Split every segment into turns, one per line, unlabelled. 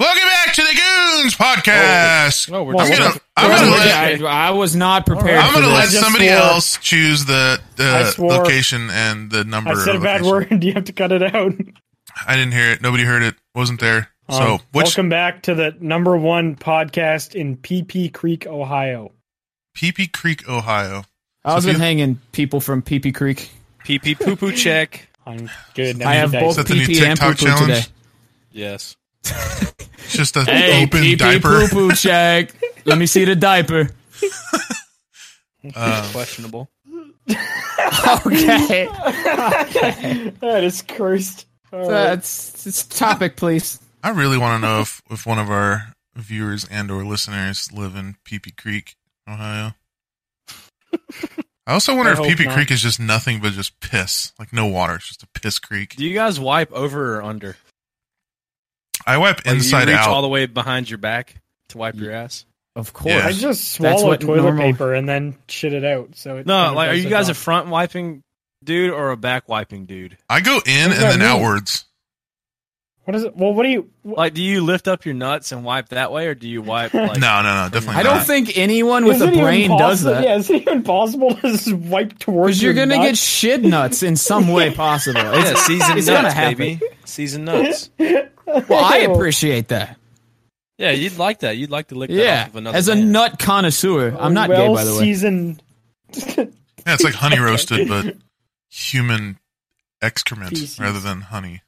Welcome back to the Goons Podcast.
Oh,
No, we're
I'm
just-
gonna,
we're
I'm
just-
gonna
I-
let,
I was not prepared.
I'm
for
gonna
this.
let
just
somebody
swore-
else choose the
I
uh,
swore-
location and the number.
I said a
of
bad
location.
word. You have to cut it out.
I didn't hear it. Nobody heard it. Wasn't there.
Um,
so which
welcome back to the number one podcast in PP Creek, Ohio.
PP Creek, Ohio.
I was
So if
been
you-
hanging people from PP Creek.
Pee pee poo poo check.
I'm good.
I have
Is
both
that the new
PP and poo
TikTok
poo
challenge?
today.
Yes.
It's just an
Hey,
open
PP
diaper.
poo poo check. Let me see the diaper.
Um,
Questionable.
Okay, Uh,
That is cursed. All right.
that's it's topic, please.
I really want to know if, if one of our viewers and or listeners live in PP Creek, Ohio. I also wonder
I
if
hope
PP
not.
Creek is just nothing but just piss, like no water. It's just a piss creek.
Do you guys wipe over or under?
I wipe
Like, do
inside
you reach
out.
all the way behind your back to wipe your ass.
Of course.
Yeah.
I just swallow
what
toilet
normal-
paper and then shit it out. So it kind
No,
of
like, are
does
you
it
guys
all.
a front wiping dude or a back wiping dude?
I go in and
does that
then
mean?
outwards.
What is it? Well, what do you? What,
Like, do you lift up your nuts and wipe that way, or do you wipe
No,
like?
no, no, definitely
I don't
not.
think anyone
is
with a
it even
brain does
possible-
that.
Yeah, is it even possible to just wipe towards?
Because you're
your
gonna get
nuts?
shit nuts in some way possible.
Yeah,
It's,
seasoned
it's gonna
nuts,
happen.
baby. Seasoned nuts.
Well, I appreciate that.
Yeah, you'd like that. You'd like to lick that
Yeah,
off of another.
as a
man.
nut connoisseur, I'm not
well
gay by the way.
Seasoned
yeah, it's like honey roasted, but human excrement
Feces.
rather than honey.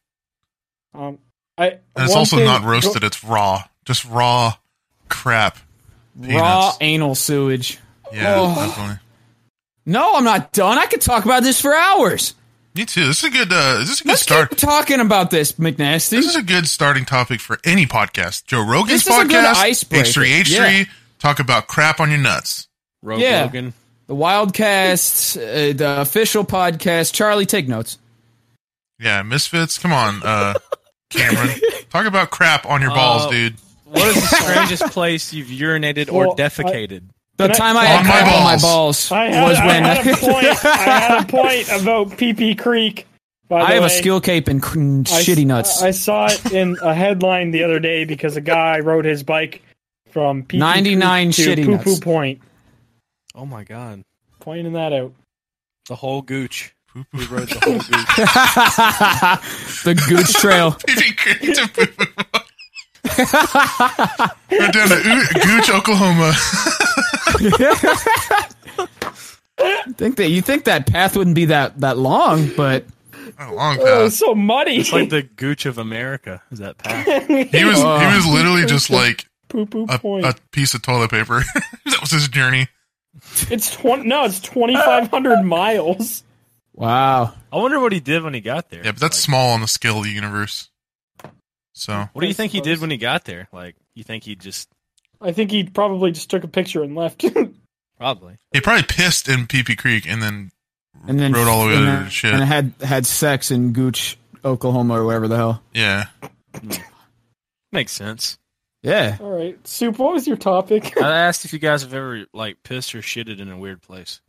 Um, I.
And it's
one
also
thing-
not roasted. It's raw, just raw crap.
Raw
Peanuts.
anal sewage.
Yeah,
Oh.
definitely.
No, I'm not done. I could talk about this for hours.
Me too. This is a good. Uh, this is a good
Let's
start.
keep talking about this, McNasty.
This is a good starting topic for any podcast. Joe Rogan's
This is a good
podcast,
icebreaker.
H3H3,
Yeah.
talk about crap on your nuts.
Rogue
Yeah.
Logan.
the Wildcast, uh, the official podcast. Charlie, take notes.
Yeah, Misfits, come on, uh, Cameron. talk about crap on your balls,
Oh.
Uh,
dude.
What is the strangest place you've urinated
Well,
or defecated?
The
Can I-
time I,
On
had
my
crap on my
balls.
balls
I had,
was
I
when
had a point. I had a point about PP Creek. By the
I have
way.
a skill cape and cr-
I s-
shitty nuts.
I, saw it in a headline the other day because a guy rode his bike from PP
99
Creek to
shitty
Poo
nuts.
Poo Point,
Oh my god,
pointing that out.
the whole gooch.
Poo poo.
We rode the whole gooch.
the Gooch Trail.
Pee-pee creek to poo-poo. We're down to Oo- Gooch, Oklahoma.
Think that you think that path wouldn't be that that long, but
A long
Oh,
path.
it's so muddy.
Uh, It's like the gooch of America. Is that path?
He was he was literally just like
Poo Poo
a,
Point.
a piece of toilet paper. that was his journey.
it's twenty. No, it's twenty five hundred miles.
wow.
I wonder what he did when he got there.
Yeah, but that's
Like,
small on the scale of the universe. So
What do you think he did when he got there? Like, you think he just
I think he probably just took a picture and left.
probably?
he probably pissed in Pee Pee Creek and then
And then
Rode all the way to
and then-
shit.
And had had sex in Gooch, Oklahoma, or wherever the hell.
yeah.
Makes sense.
Yeah.
All right, Soup. What was your topic?
I asked if you guys have ever like pissed or shitted in a weird place.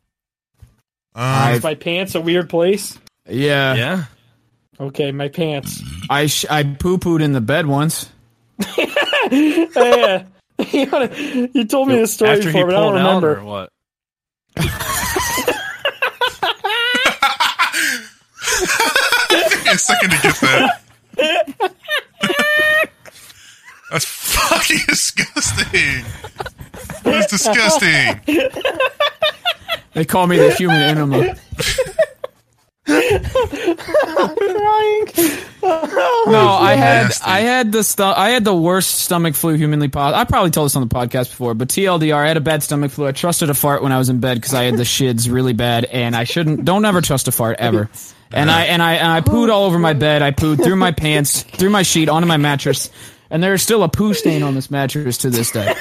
Um,
Is my pants a weird place?
Yeah.
yeah,
Okay, my pants.
I sh- I poo pooed in the bed once.
yeah. Eh, you told me this story
after he
before,
pulled
but I don't
out
remember.
or what?
took me a second to get that. fucking disgusting. It's disgusting.
They call me the human enema.
crying.
No,
Oh,
I had
Nasty.
I had the stu- I had the worst stomach flu humanly possible. I probably told this on the podcast before, but TLDR, I had a bad stomach flu. I trusted a fart when I was in bed because I had the shids really bad, and I shouldn't. Don't ever trust a fart ever. And I and I and
Oh,
I pooed all over my bed. I pooed through my pants, through my sheet, onto my mattress, and there is still a poo stain on this mattress to this day.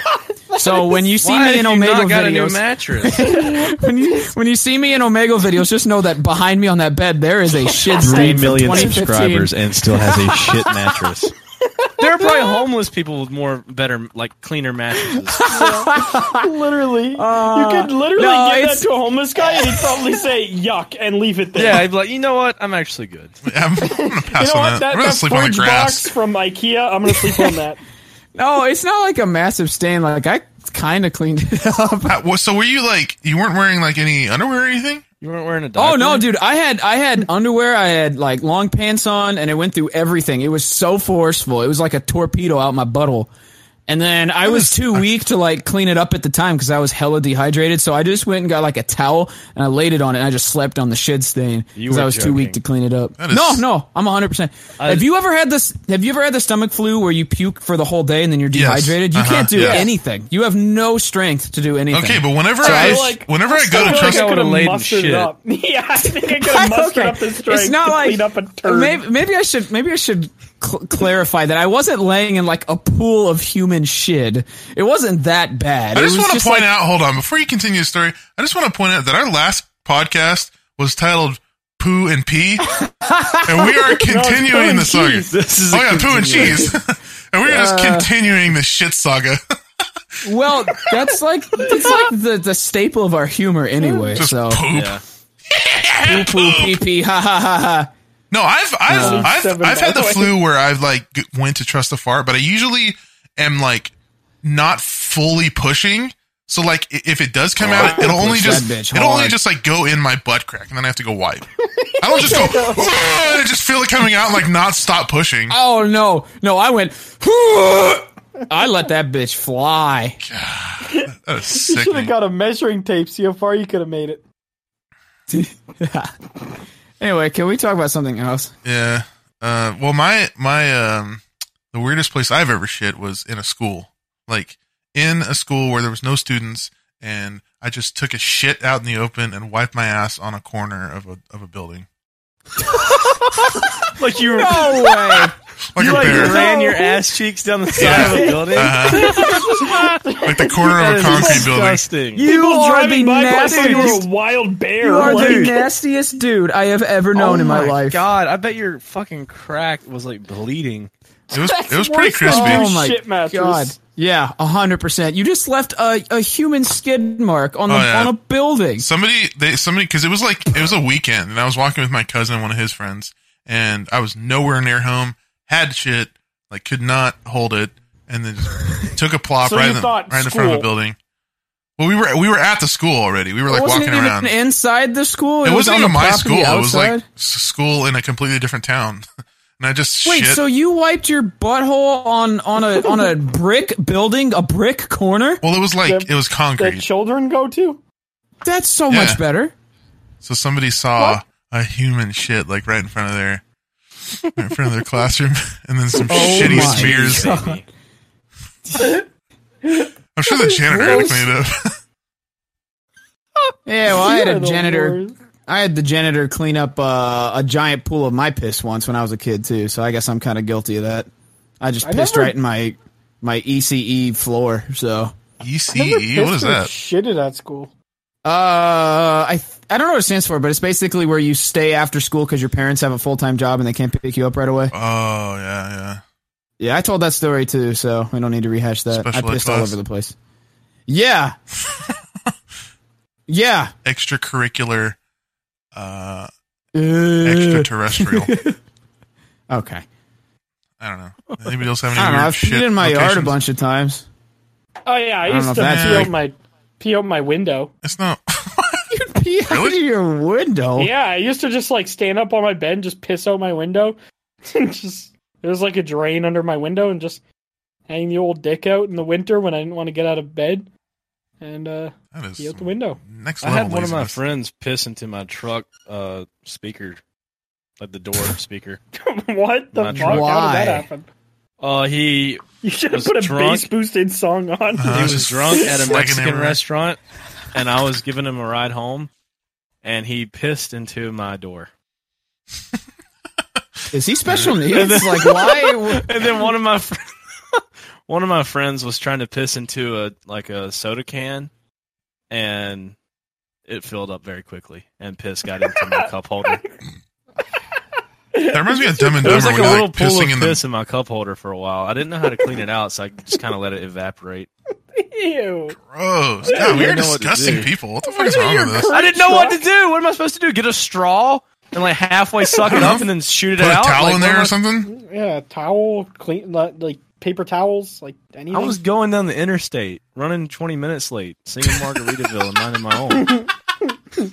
So when you see
Why
me in
have you
Omega
not got a new
videos,
mattress?
when you when you see me in Omega videos, just know that behind me on that bed there is a shit
Three
stain. from
million
2015.
subscribers and still has a shit mattress.
there are probably homeless people with more, better, like cleaner mattresses.
literally, you could literally
no,
give that
it's-
to a homeless guy, and he'd probably say "yuck" and leave it there.
yeah, I'd be like, you know what? I'm actually good.
I'm, I'm gonna pass
You know
on that.
what? That,
I'm gonna
that
sleep on the
fridge box
grass.
from IKEA. I'm gonna sleep on that.
No, Oh, it's not like a massive stain. Like I kind of cleaned it up.
Uh, wha- so were you like you weren't wearing like any underwear or anything?
You weren't wearing a diaper.
Oh no, dude! I had I had underwear. I had like long pants on, and it went through everything. It was so forceful. It was like a torpedo out my butthole. And then I was too weak to like clean it up at the time because I was hella dehydrated. So I just went and got like a towel and I laid it on it. and I just slept on the shit stain
You
because
were
I was too weak to
joking.
clean it up.
That is-
No, no, I'm 100. percent Have you ever had this? Have you ever had the stomach flu where you puke for the whole day and then you're
Yes.
dehydrated? You
Uh-huh.
can't do
Yeah.
anything. You have no strength to do anything.
Okay, but whenever
So
I,
I
feel like-
whenever I go
I
to
feel
trust,
like I
I
could
would've
have
laid in
mustered it
shit.
up. Yeah, I think I could have mustered up the strength
It's not
to
like
clean up a turd.
Maybe, maybe I should maybe I should cl- clarify that I wasn't laying in like a pool of human shit. It wasn't that bad.
I
It
just
was
want to point
like-
out. Hold on, before you continue the story, I just want to point out that our last podcast was titled "Poo and Pee," and we are
Poo
continuing
and
the saga.
Cheese.
This is
Oh
a
yeah, poo and
continuation.
cheese, and we are just continuing the shit saga.
Well, that's like that's like the, the staple of our humor anyway.
just
so
poop.
Yeah.
poo poo pee pee ha ha ha ha.
No, I've I've I've,
Seven
I've had the
dollars.
flu where I've like g- went to trust the fart, but I usually am like not fully pushing. So like i- if it does come out,
I
it'll
push
only
that
just
bitch
it'll only
hard.
just like go in my butt crack, and then I have to go wipe. I don't just go. "Ah," and I just feel it coming out, and like not stop pushing.
Oh no, no! I went. I let that bitch fly.
That is
you should have
sickening.
got a measuring tape. See how far you could have made it.
Anyway, can we talk about something else?
Yeah. Uh, well, my my um, the weirdest place I've ever shit was in a school, like in a school where there was no students, and I just took a shit out in the open and wiped my ass on a corner of a of a building,
Like you were
No way.
like a
you like
bear,
ran your ass cheeks down the side
Yeah. Uh-huh.
of a building.
like the corner
That
of a
is
concrete building.
disgusting.
You
People
are the
driving by I thought you were
nastiest.
a wild bear.
You are the
Like,
nastiest dude I have ever
Oh
known in my, life.
God, I bet your fucking crack was like bleeding.
It was it was pretty
worse
crispy.
than
Oh
Speak.
my
Shit mattress.
god! Yeah, hundred percent. You just left a, a human skid mark on the
Oh, yeah.
on a building.
Somebody, they, somebody, because it was like it was a weekend, and I was walking with my cousin and one of his friends, and I was nowhere near home. Had shit, like could not hold it, and then just took a plop
So
right,
you
in, the-
thought
right in front of a
school.
building. Well, we were we were at the school already. We were like
it wasn't
walking
even
around. It,
inside the school. was
wasn't
on
even
the
my
property
school. It was like
outside?
s- school in a completely different town, and I just
Wait,
shit.
so you wiped your butthole on on a on a brick building, a brick corner?
well, it was like
That-
it was
that
concrete,
children go to.
That's so
Yeah.
much better.
so somebody saw a human shit like right in front of their right in front of their classroom, and then some
Oh
shitty
Oh my
smears.
Baby.
I'm sure the janitor had to clean it up.
Yeah, well, I had
You're
a
the
janitor.
worst.
I had the janitor clean up uh, a giant pool of my piss once when I was a kid too. So I guess I'm kind of guilty of that. I just
I
pissed
never-
right in my my ECE floor. So
Never
ECE? E What
pissed
is
or
that?
Shitted at school.
Uh, I th- I don't know what it stands for, but it's basically where you stay after school because your parents have a full time job and they can't pick you up right away.
Oh yeah, yeah.
Yeah, I told that story too, so we don't need to rehash that.
Special
I
ed
pissed all
class.
over the place. Yeah, yeah.
Extracurricular, uh,
Uh,
extraterrestrial.
okay,
I don't know. Anybody else have any
I don't know.
weird
I've
shit
peed in my yard a
locations?
bunch of times.
Oh yeah, I,
don't know
used
if
to
that's
pee
right.
out my pee out my window.
It's not.
Pee out of
Really?
your window.
Yeah, I used to just like stand up on my bed and just piss out my window. And just there was like a drain under my window and just
hang the old dick out in the winter when I didn't want to get out of bed, and uh,
That is
pee out the window.
next
I
level.
had one of my
laziness.
friends piss into my truck uh, speaker, like the door speaker.
what the
Not
fuck? How
Why?
did that happen?
Uh, he
You should have
Was
put a
drunk?
bass boosted song on.
Uh-huh.
he
I was
was
just
drunk at a
slacking
Mexican
everywhere.
restaurant, and I was giving him a ride home, and he pissed into my door.
Is he special needs? like why?
And then one of my fr- one of my friends was trying to piss into a like a soda can, and it filled up very quickly, and piss got into my cup holder.
That reminds me of Dumb and
There
Dumber
was like a
when they're
little
like
pool of
pissing in the
piss in my cup holder for a while. I didn't know how to clean it out, so I just kind of let it evaporate.
Ew.
gross.
didn't
God, we
even
are
know what to
disgusting
do.
people. What the fuck is wrong with us?
I didn't know what to do. What am I supposed to do? Get a straw and like halfway suck it up and then shoot it
Put a
out?
towel
Like,
in
what am
there
I-
or something.
Yeah, towel, clean, like like paper towels, like anything.
I was going down the interstate, running 20 minutes late, singing Margaritaville and minding my own.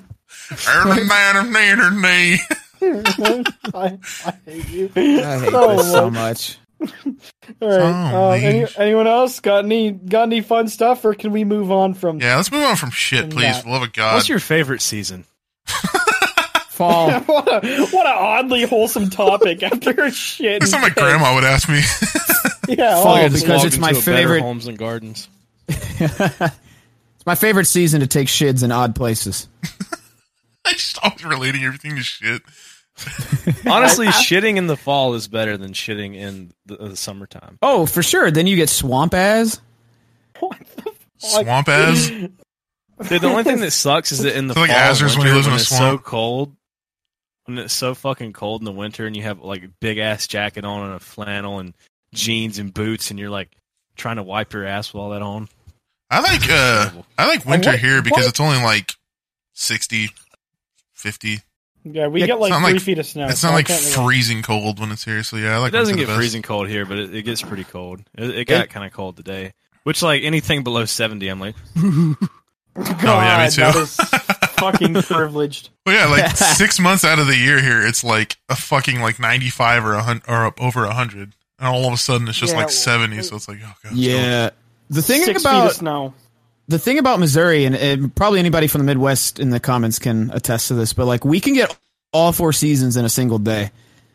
I, I hate you.
I hate
So
this so
much.
much.
All right.
Oh,
uh, any,
man.
anyone else got any got any fun stuff, or can we move on from?
yeah, let's move on from shit, please.
Yeah.
For love of God.
What's your favorite season?
Fall.
what a what an oddly wholesome topic after shit.
That's something my grandma would ask me.
Yeah.
Fuck.
well,
Oh, because
Walked
it's my
into a better
favorite-
Homes and Gardens.
It's my favorite season to take shids in odd places.
I just always relating everything to shit.
Honestly, shitting in the fall is better than shitting in the, the summertime.
Oh, for sure. Then you get swamp ass.
Like-
Swamp ass.
Dude, the only thing that sucks is that in the
It's like
fall,
Azers when
winter,
he
when,
lives in a
it's so
swamp.
cold, when it's so fucking cold in the winter, and you have like a big ass jacket on and a flannel and jeans and boots, and you're like trying to wipe your ass with all that on.
I like uh I like winter
what-
here because
what?
it's only like 60 50.
yeah, we
Yeah,
get like
it's not
three
like-
feet of snow.
it's
so
not
I
like
can't relate.
freezing cold when it's here. So yeah, I like
It doesn't
winter
get
the best.
freezing cold here, but it, it gets pretty cold. It, it got kind of cold today, which like anything below seventy, I'm like,
Oh, yeah, me
God,
too.
That is fucking privileged.
Well, yeah, like six months out of the year here, it's like a fucking like ninety five or a hun- or up over a hundred, and all of a sudden it's just
Yeah,
like
well,
seventy. So it's like, oh god, it's cold.
Yeah. The thing
Six feet
about
of snow.
the thing about Missouri, and, and probably anybody from the Midwest in the comments can attest to this, but like we can get all four seasons in a single day.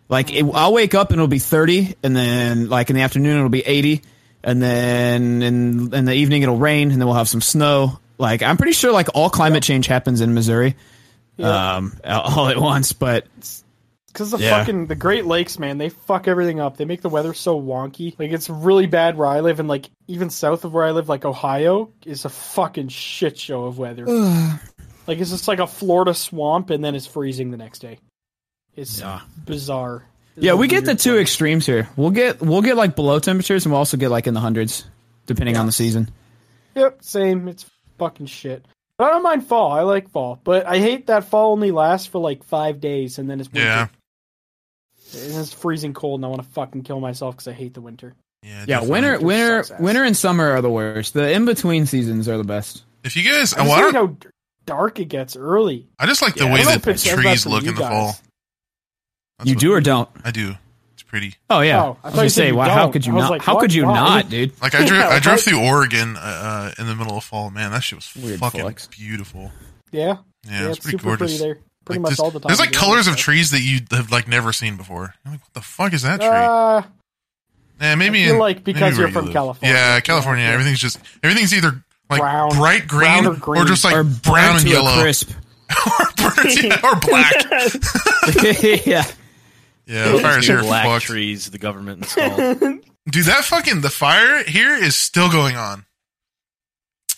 Like it, I'll wake up and it'll be thirty, and then like in the afternoon it'll be eighty, and then in in the evening it'll rain, and then we'll have some snow. Like I'm pretty sure like all climate change happens in Missouri, um, all at once. But
Because the
Yeah.
fucking the Great Lakes, man, they fuck everything up. They make the weather so wonky. Like it's really bad where I live, and like even south of where I live, like Ohio, is a fucking shit show of weather. like it's just like a Florida swamp, and then it's freezing the next day. It's bizarre. It's
yeah,
a
we get the
weird
two
place.
extremes here. We'll get we'll get like below temperatures, and we'll also get like in the hundreds, depending on the season.
Yep, same. It's fucking shit. But I don't mind fall. I like fall, but I hate that fall only lasts for like five days, and then it's winter.
Yeah.
And it's freezing cold, and I want to fucking kill myself because I hate the winter.
yeah,
Yeah,
definitely.
winter,
Winter
winter,
sucks ass.
winter, and summer are the worst. The in between seasons are the best.
If you guys, oh,
I
I,
just
well, I,
like
don't-
how d- dark it gets early.
I just like the
Yeah, I
way
don't know
that
if it says that
trees
for
look
you
in the
guys.
fall. That's
you
what-
do or don't?
I do. It's pretty.
Oh yeah.
Oh, I
I, was
thought you
gonna
said
say,
you
wow, how
don't.
could you
I was
not?
like,
how
what?
could you
Why?
not, dude?
Like I drove,
Yeah,
I drove
right.
through Oregon uh, uh, in the middle of fall. Man, that shit was
Weird
fucking
flex.
beautiful.
Yeah,
Yeah, it was
it's
pretty
super
gorgeous.
pretty there. Pretty
Like,
much
just-
all the time.
There's like
Yeah.
colors of trees that you have like never seen before. You're like, what the fuck is that tree?
Uh,
Yeah, maybe
I feel
in-
like because
maybe where
you're from
live.
California.
Yeah, California.
Yeah.
Everything's just everything's either like
Brown.
bright green
Brown
or,
or green.
just like
or
brown,
burnt
and
to a
yellow
crisp.
or, burnt, yeah, or black.
yeah.
Yeah, the fires here are
black
fucked.
trees the government installed.
Dude, that fucking the fire here is still going on.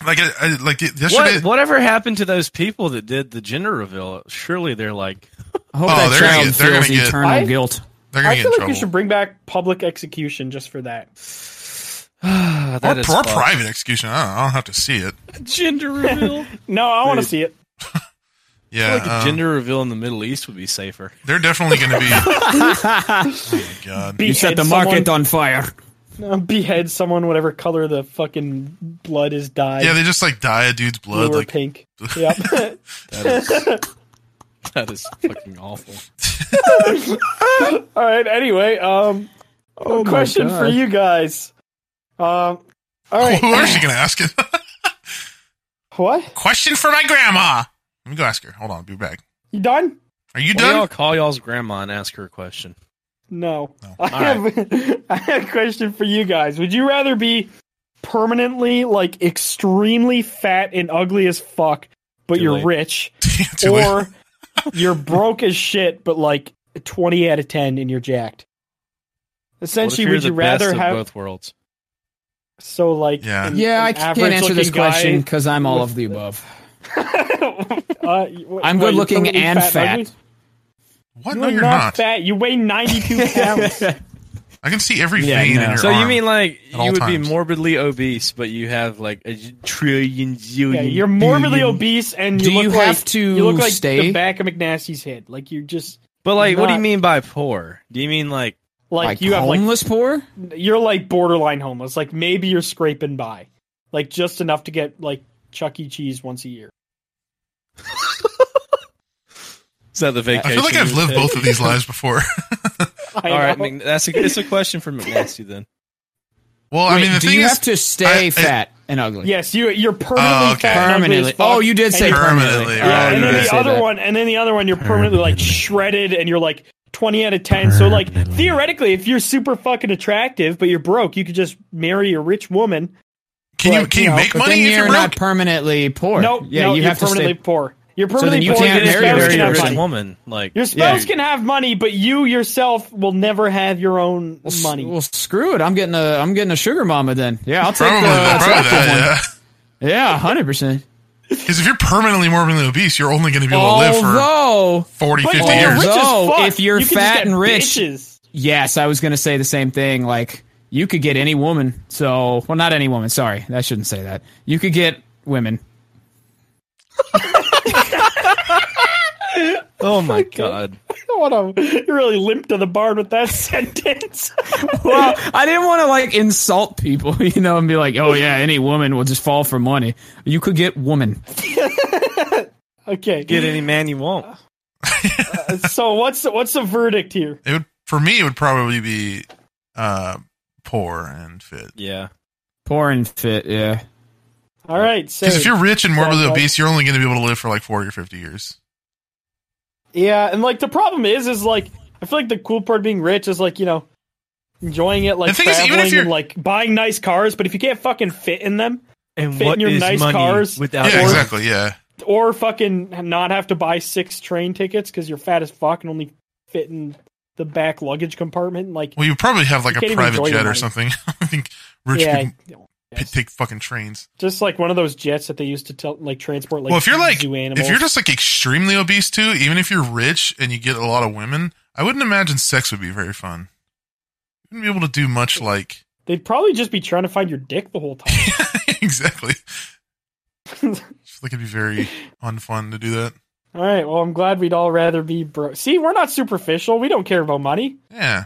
Like I, I like yesterday.
what, whatever happened to those people that did the gender reveal? Surely they're like,
I hope
Oh,
that
they're gonna
child
get- they're
feels
gonna get-
eternal
I-
guilt.
They're gonna
I
get
feel
in
like
trouble.
we should bring back public execution just for that.
ah,
or
that is
or
fucked.
private execution. I don't, know, I don't have to see it.
gender reveal.
No, I want to
Dude.
see it.
Yeah,
like a
um,
gender reveal in the Middle East would be safer.
they're definitely gonna be. oh my god.
Behead
You set the market on fire.
someone, uh, behead someone, whatever color the fucking blood is dyed.
Yeah, they just like dye a dude's
blue
blood.
or
Like
pink. yep.
That is, that is fucking awful.
All right. Anyway, um,
Oh my
question for
God.
you guys:
Um. All right.
Who else are you gonna ask it?
What?
Question for my grandma. Let me go ask her. Hold on, I'll be back.
You done?
Are you
Why don't
done?
y'all call y'all's grandma and ask her a question?
No.
No.
I, have, I have a question for you guys. Would you rather be permanently, like, extremely fat and ugly as fuck, but
Too
you're
late.
rich,
Too late.
or you're broke as shit, but like 20 out of 10 and you're jacked?
What if
Essentially,
you're
would
the
you rather
best
have
of both worlds?
so like
Yeah.
an-
Yeah,
an
I can't
average
answer this
looking guy-
question because I'm all of the above.
Uh, you- what-
I'm
what, you're
good looking
permanently
and
and ugly?
fat.
What?
You're
No, you're
not,
not.
fat. You weigh 92 pounds.
I can see every
Yeah,
vein
no.
in your
So you
arm.
mean like you
all
would be
times.
morbidly obese, but you have like a trillion zillion?
Yeah, you're morbidly
billion-
obese, and you
Do
look
you
like,
have to
you look like
stay?
the back of McNasty's head. Like you're just
But like, what do you
not-
mean by poor? Do you mean like
like,
Like
you have like
homeless poor?
you're like borderline homeless. Like maybe you're scraping by, like just enough to get like Chuck E. Cheese once a year.
is that the vacation?
I feel like I've
you
lived
take?
both of these lives before.
I
All right,
know.
Mc- that's a, it's a question for McNasty then.
well, I
Wait,
mean, the
do
thing
you
is,
have to stay
I- I-
fat and ugly?
yes, you you're permanently
Oh, okay.
fat. and ugly as
Permanently.
fuck,
Oh, you did
and
say
you're-
permanently.
Permanently,
Oh,
right,
you
and
did
then
right.
the
say
other
that.
one, and then the other one, you're permanently like shredded, and you're like twenty out of ten. So like theoretically, if you're super fucking attractive but you're broke, you could just marry a rich woman.
can you
like,
can
you
you
know,
make
But
money
then
if
you're
you're
not
broke?
permanently poor.
No,
yeah,
no,
you
you're
have to
permanently
stay.
poor. You're
then
permanently
you
poor.
can't
your
marry
spouse
very
can
a
have
rich
rich
money.
woman. Like
Your
Yeah.
spouse can have money, but you yourself will never have your own
Well, s-
money.
Well, screw it. I'm getting a I'm getting a sugar mama then. Yeah, I'll take
Probably
the
that. Probably
attractive
that.
one. Yeah, hundred percent.
Yeah. Because if you're permanently morbidly obese, you're only going to be able to live for
Although,
40,
but
50
if you're
years.
rich as
Although,
fuck,
if you're
you can
fat
just get
and rich-
bitches.
yes, I was gonna say the same thing. Like you could get any woman. So, well, not any woman. Sorry, I shouldn't say that. You could get women.
oh my god,
I want to. You really limp to the barn with that sentence.
Well, I didn't want to like insult people, you know, and be like, oh yeah, any woman will just fall for money. You could get woman.
okay, uh,
get any man you want.
so what's the, what's the verdict here?
It would for me. It would probably be uh, poor and fit.
Yeah,
Poor and fit. Yeah.
All right, so
Because if you're rich and morbidly
Yeah, but-
obese, you're only going to be able to live for like 40 or 50 years.
yeah, and like the problem is, is like I feel like the cool part of being rich is like you know enjoying it, like
The thing is, even if
traveling
you're-
and like buying nice cars. But if you can't fucking fit in them,
and
Fit in
what
your
is
nice
money
cars.
without
Yeah,
Or-
work?
exactly. Yeah.
or fucking not have to buy six train tickets because you're fat as fuck and only fit in the back luggage compartment. Like,
Well, you probably have like
You can't
a
even
private
enjoy your
jet or
money.
something. I think rich
yeah,
people
I-
p- take fucking trains.
just like one of those jets that they used to tell, like transport like
well, if you're like,
zoo animals.
if you're just like extremely obese too, even if you're rich and you get a lot of women, I wouldn't imagine sex would be very fun. You wouldn't be able to do much like
they'd probably just be trying to find your dick the whole time.
exactly. I feel like it'd be very unfun to do that.
all right, well, I'm glad we'd all rather be bro. See, we're not superficial. We don't care about money.
Yeah.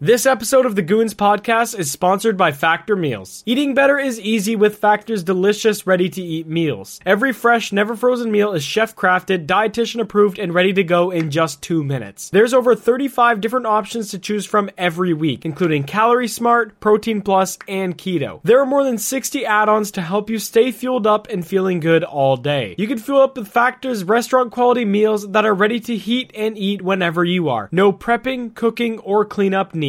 This episode of the Goons Podcast is sponsored by Factor Meals. Eating better is easy with Factor's delicious, ready to eat meals. Every fresh, never frozen meal is chef crafted, dietitian approved, and ready to go in just two minutes. There's over 35 different options to choose from every week, including Calorie Smart, Protein Plus, and Keto. There are more than 60 add ons to help you stay fueled up and feeling good all day. You can fuel up with Factor's restaurant quality meals that are ready to heat and eat whenever you are. No prepping, cooking, or cleanup needed.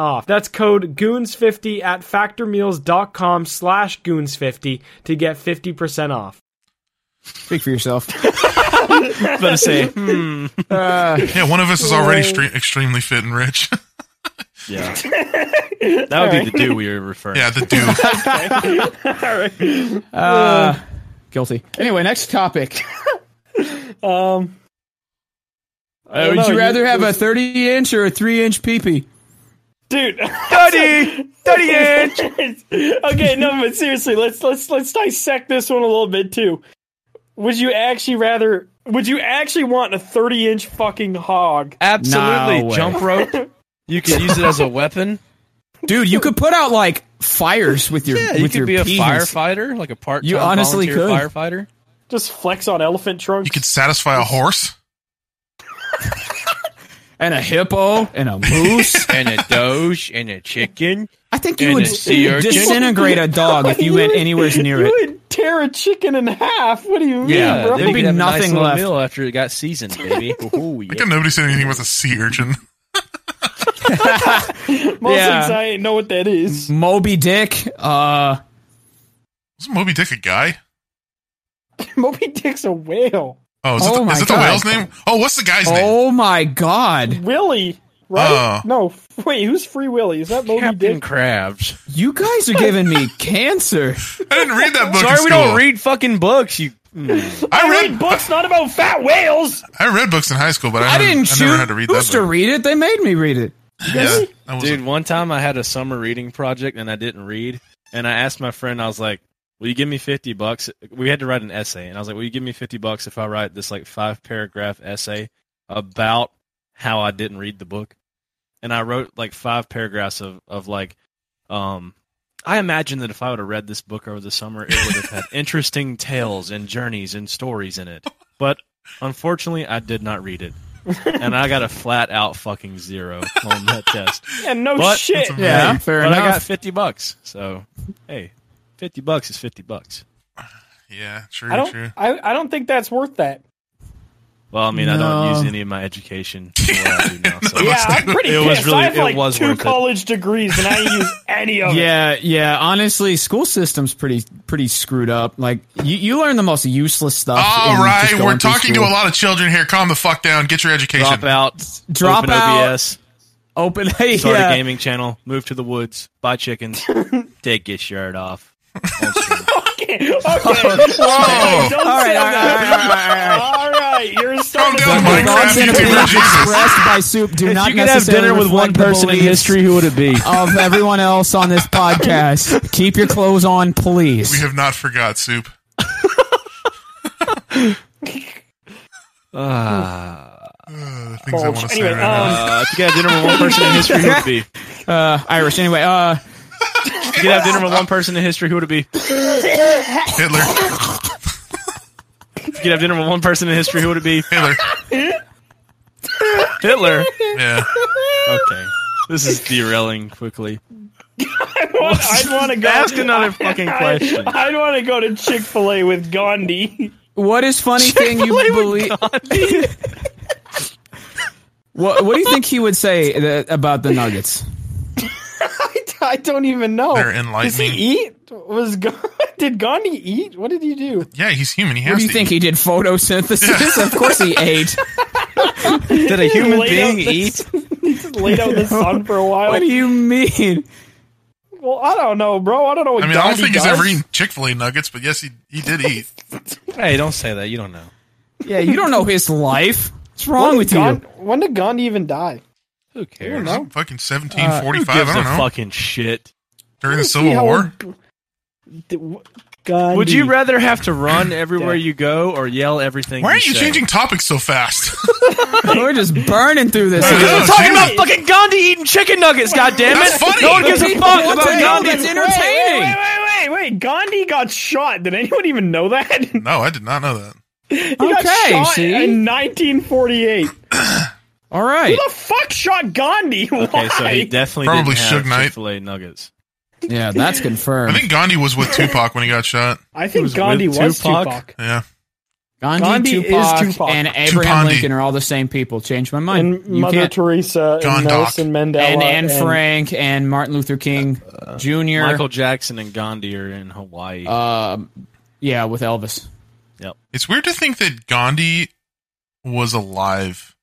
off. That's code goons50 at factormeals.com slash goons50 to get 50% off.
Speak for yourself.
I'm gonna say, hmm.
Yeah, one of us is already stre- extremely fit and rich.
Yeah. That would be the do we were referring
yeah, the dude.
Uh, guilty. Anyway, next topic.
Um,
Uh, would
know,
you
you-
rather have a 30 inch or a 3 inch peepee?
dude, Duddy, Duddy okay, no, but seriously, let's let's let's dissect this one a little bit too. Would you actually rather? Would you actually want a thirty-inch fucking hog?
Absolutely.
No way.
Jump rope. You could use it as a weapon.
Dude, you could put out like fires with your
Yeah,
with
you could
your
be a
penis.
firefighter, like a part-time
You honestly
volunteer
could.
firefighter.
Just flex on elephant trunks.
You could satisfy a horse.
and a hippo and a moose.
and a doge and a chicken.
I think you
And
would
a sea urchin.
disintegrate a dog if you went
would-
anywhere near
you
it.
would tear a chicken in half. What do you mean,
Yeah,
bro?
there'd be
You'd have a nice
nothing
little
left.
Meal after it got seasoned, baby. Ooh,
I
yeah.
think nobody said anything about a sea urchin.
Most
Yeah.
things I ain't know what that is.
Moby Dick. Uh,
Is Moby Dick a guy?
Moby Dick's a whale.
Oh, is, it
Oh
the,
my
is it the
God.
whale's name? Oh, what's the guy's name?
oh my God!
Willie, right?
Oh.
No, wait, who's Free Willie? Is that Moby
Captain
Dick?
Krabs.
You guys are giving me cancer.
I didn't read that book. in
Sorry, we don't
school.
read fucking books. You
I
I
read
read books not about fat whales.
I read books in high school, but I,
I
never,
didn't
I never had
choose
to read that.
to
book.
read it. They made me read it.
Yeah, I wasn't-
Dude, one time I had a summer reading project and I didn't read. And I asked my friend, I was like, Will you give me 50 bucks? We had to write an essay. And I was like, Will you give me 50 bucks if I write this like five paragraph essay about how I didn't read the book? And I wrote like five paragraphs of, of like, um, I imagine that if I would have read this book over the summer, it would have had interesting tales and journeys and stories in it. But unfortunately, I did not read it. And I got a flat out fucking zero on that test
And no
But-
shit.
That's amazing.
Yeah, fair
but
enough.
I got 50 bucks. So, hey, 50 bucks is 50 bucks.
Yeah, true,
I
true.
don't. I, I don't think that's worth that.
Well, I mean, I don't
No.
use any of my education. for what I do now, so.
Yeah, I'm pretty
It
pissed.
was really-
I have
it
like
was
two
worth it.
college degrees and I ain't use any of it.
Yeah, yeah. Honestly, school system's pretty pretty screwed up. Like you, you learn the most useless stuff.
All
in just
right,
going
we're
through
talking to
school.
a lot of children here. Calm the fuck down. Get your education.
Drop out.
Drop
open
out.
OBS.
Open,
Start
yeah.
a gaming channel. Move to the woods. Buy chickens. take your shirt off. on stream.
Okay. okay.
Whoa.
Don't
Oh. All
say
right, all right, all
that.
right, all right, all right.
All right, you're starting
down,
to
Mike.
Thoughts and
Minecraft
opinions
YouTuber, Jesus.
expressed by Soup do not
you could have
necessarily
dinner with one
reflect the
person in
beliefs
history, who would it be?
of everyone else on this podcast. Keep your clothes on,
We
please.
have not forgot soup.
Uh,
Uh, things I want to say
Ah. Anyway,
right now.
um,
uh, if you could have dinner with one person in history, who would it be? If
Uh, Irish. Anyway, uh,
you could have dinner with one person in history, who would it be? If
Hitler,
you could have dinner with one person in history, who would it be?
Hitler.
Hitler.
Yeah,
Okay. This is derailing quickly.
I'd want to go.
Ask another fucking question.
I, would want to go to Chick Fil A with Gandhi.
what is funny thing you believe? what What do you think he would say that, about the Nuggets?
I, I don't even know.
they're
Does he
enlightening.
eat? Was Ga- did Gandhi eat? What did he do?
yeah, he's human. He has
What do you
to
think
eat.
he did? Photosynthesis? of course he ate.
Did a
He
human
laid
being
out
eat?
this- he just laid out in the sun for a while.
What do you mean?
well, I don't know, bro. I don't know what
I mean,
Gandhi
I don't think
does.
he's ever eaten Chick Fil A nuggets, but yes, he he did eat.
Hey, don't say that. You don't know.
Yeah, you don't know his life. What's wrong
When
with
did
you?
Gandhi- When did Gandhi even die?
Uh, Who cares?
No.
Fucking seventeen forty
Who
five.
gives
I
a
don't know.
fucking shit?
During the
See
Civil
how-
War,
Th- wh- Gandhi.
Would you rather have to run everywhere you go or yell everything?
why are you
say?
changing topics so fast?
We're just burning through this.
I know,
Talking
seriously.
about fucking Gandhi eating chicken nuggets, goddammit!
That's funny.
No one gives a
People
fuck
want
about
to know
Gandhi.
that's
Wait, wait,
entertaining.
wait, wait, wait, wait! Gandhi got shot. Did anyone even know that? he
No, I did not know that.
got
Okay,
shot
see?
in 1948. Who
All right.
the fuck shot Gandhi? Why?
Okay, so he definitely
Probably
didn't
Suge Knight.
have Chick-fil-A nuggets.
Yeah, that's
I
confirmed.
think Gandhi was with Tupac when he got shot.
I think
was
Gandhi
with
was
Tupac?
Tupac.
Yeah,
Gandhi,
Gandhi is
Tupac,
Tupac.
and Abraham
Tupandi.
Lincoln are all the same people. Changed my mind.
and
you
Mother
can't.
Teresa
John
and
Doc.
Nelson Mandela
and and Frank and Martin Luther King Jr.
Michael Jackson and Gandhi are in Hawaii.
Uh,
Um, yeah, with Elvis.
It's weird to think that Gandhi was alive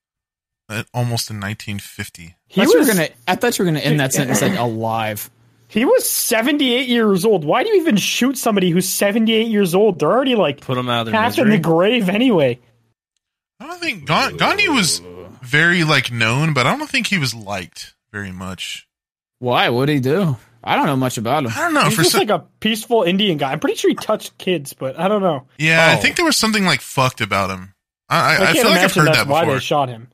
at almost in 1950.
He
I thought you were
was-
gonna. I thought you were gonna end that sentence like alive.
He was 78 years old. Why do you even shoot somebody who's 78 years old? They're already like
Put them out of their
half in the
misery.
grave anyway.
I don't think Ga- Gandhi was very like known, but I don't think he was liked very much.
Why would he do? I don't know much about him.
I don't know
He's
Oh, for
just
some,
like a peaceful Indian guy. I'm pretty sure he touched kids, but I don't know.
yeah, I
Oh.
think there was something like fucked about him. I I, I,
I can't
feel like I've
imagine
heard
that's
that
why they
before.
shot him.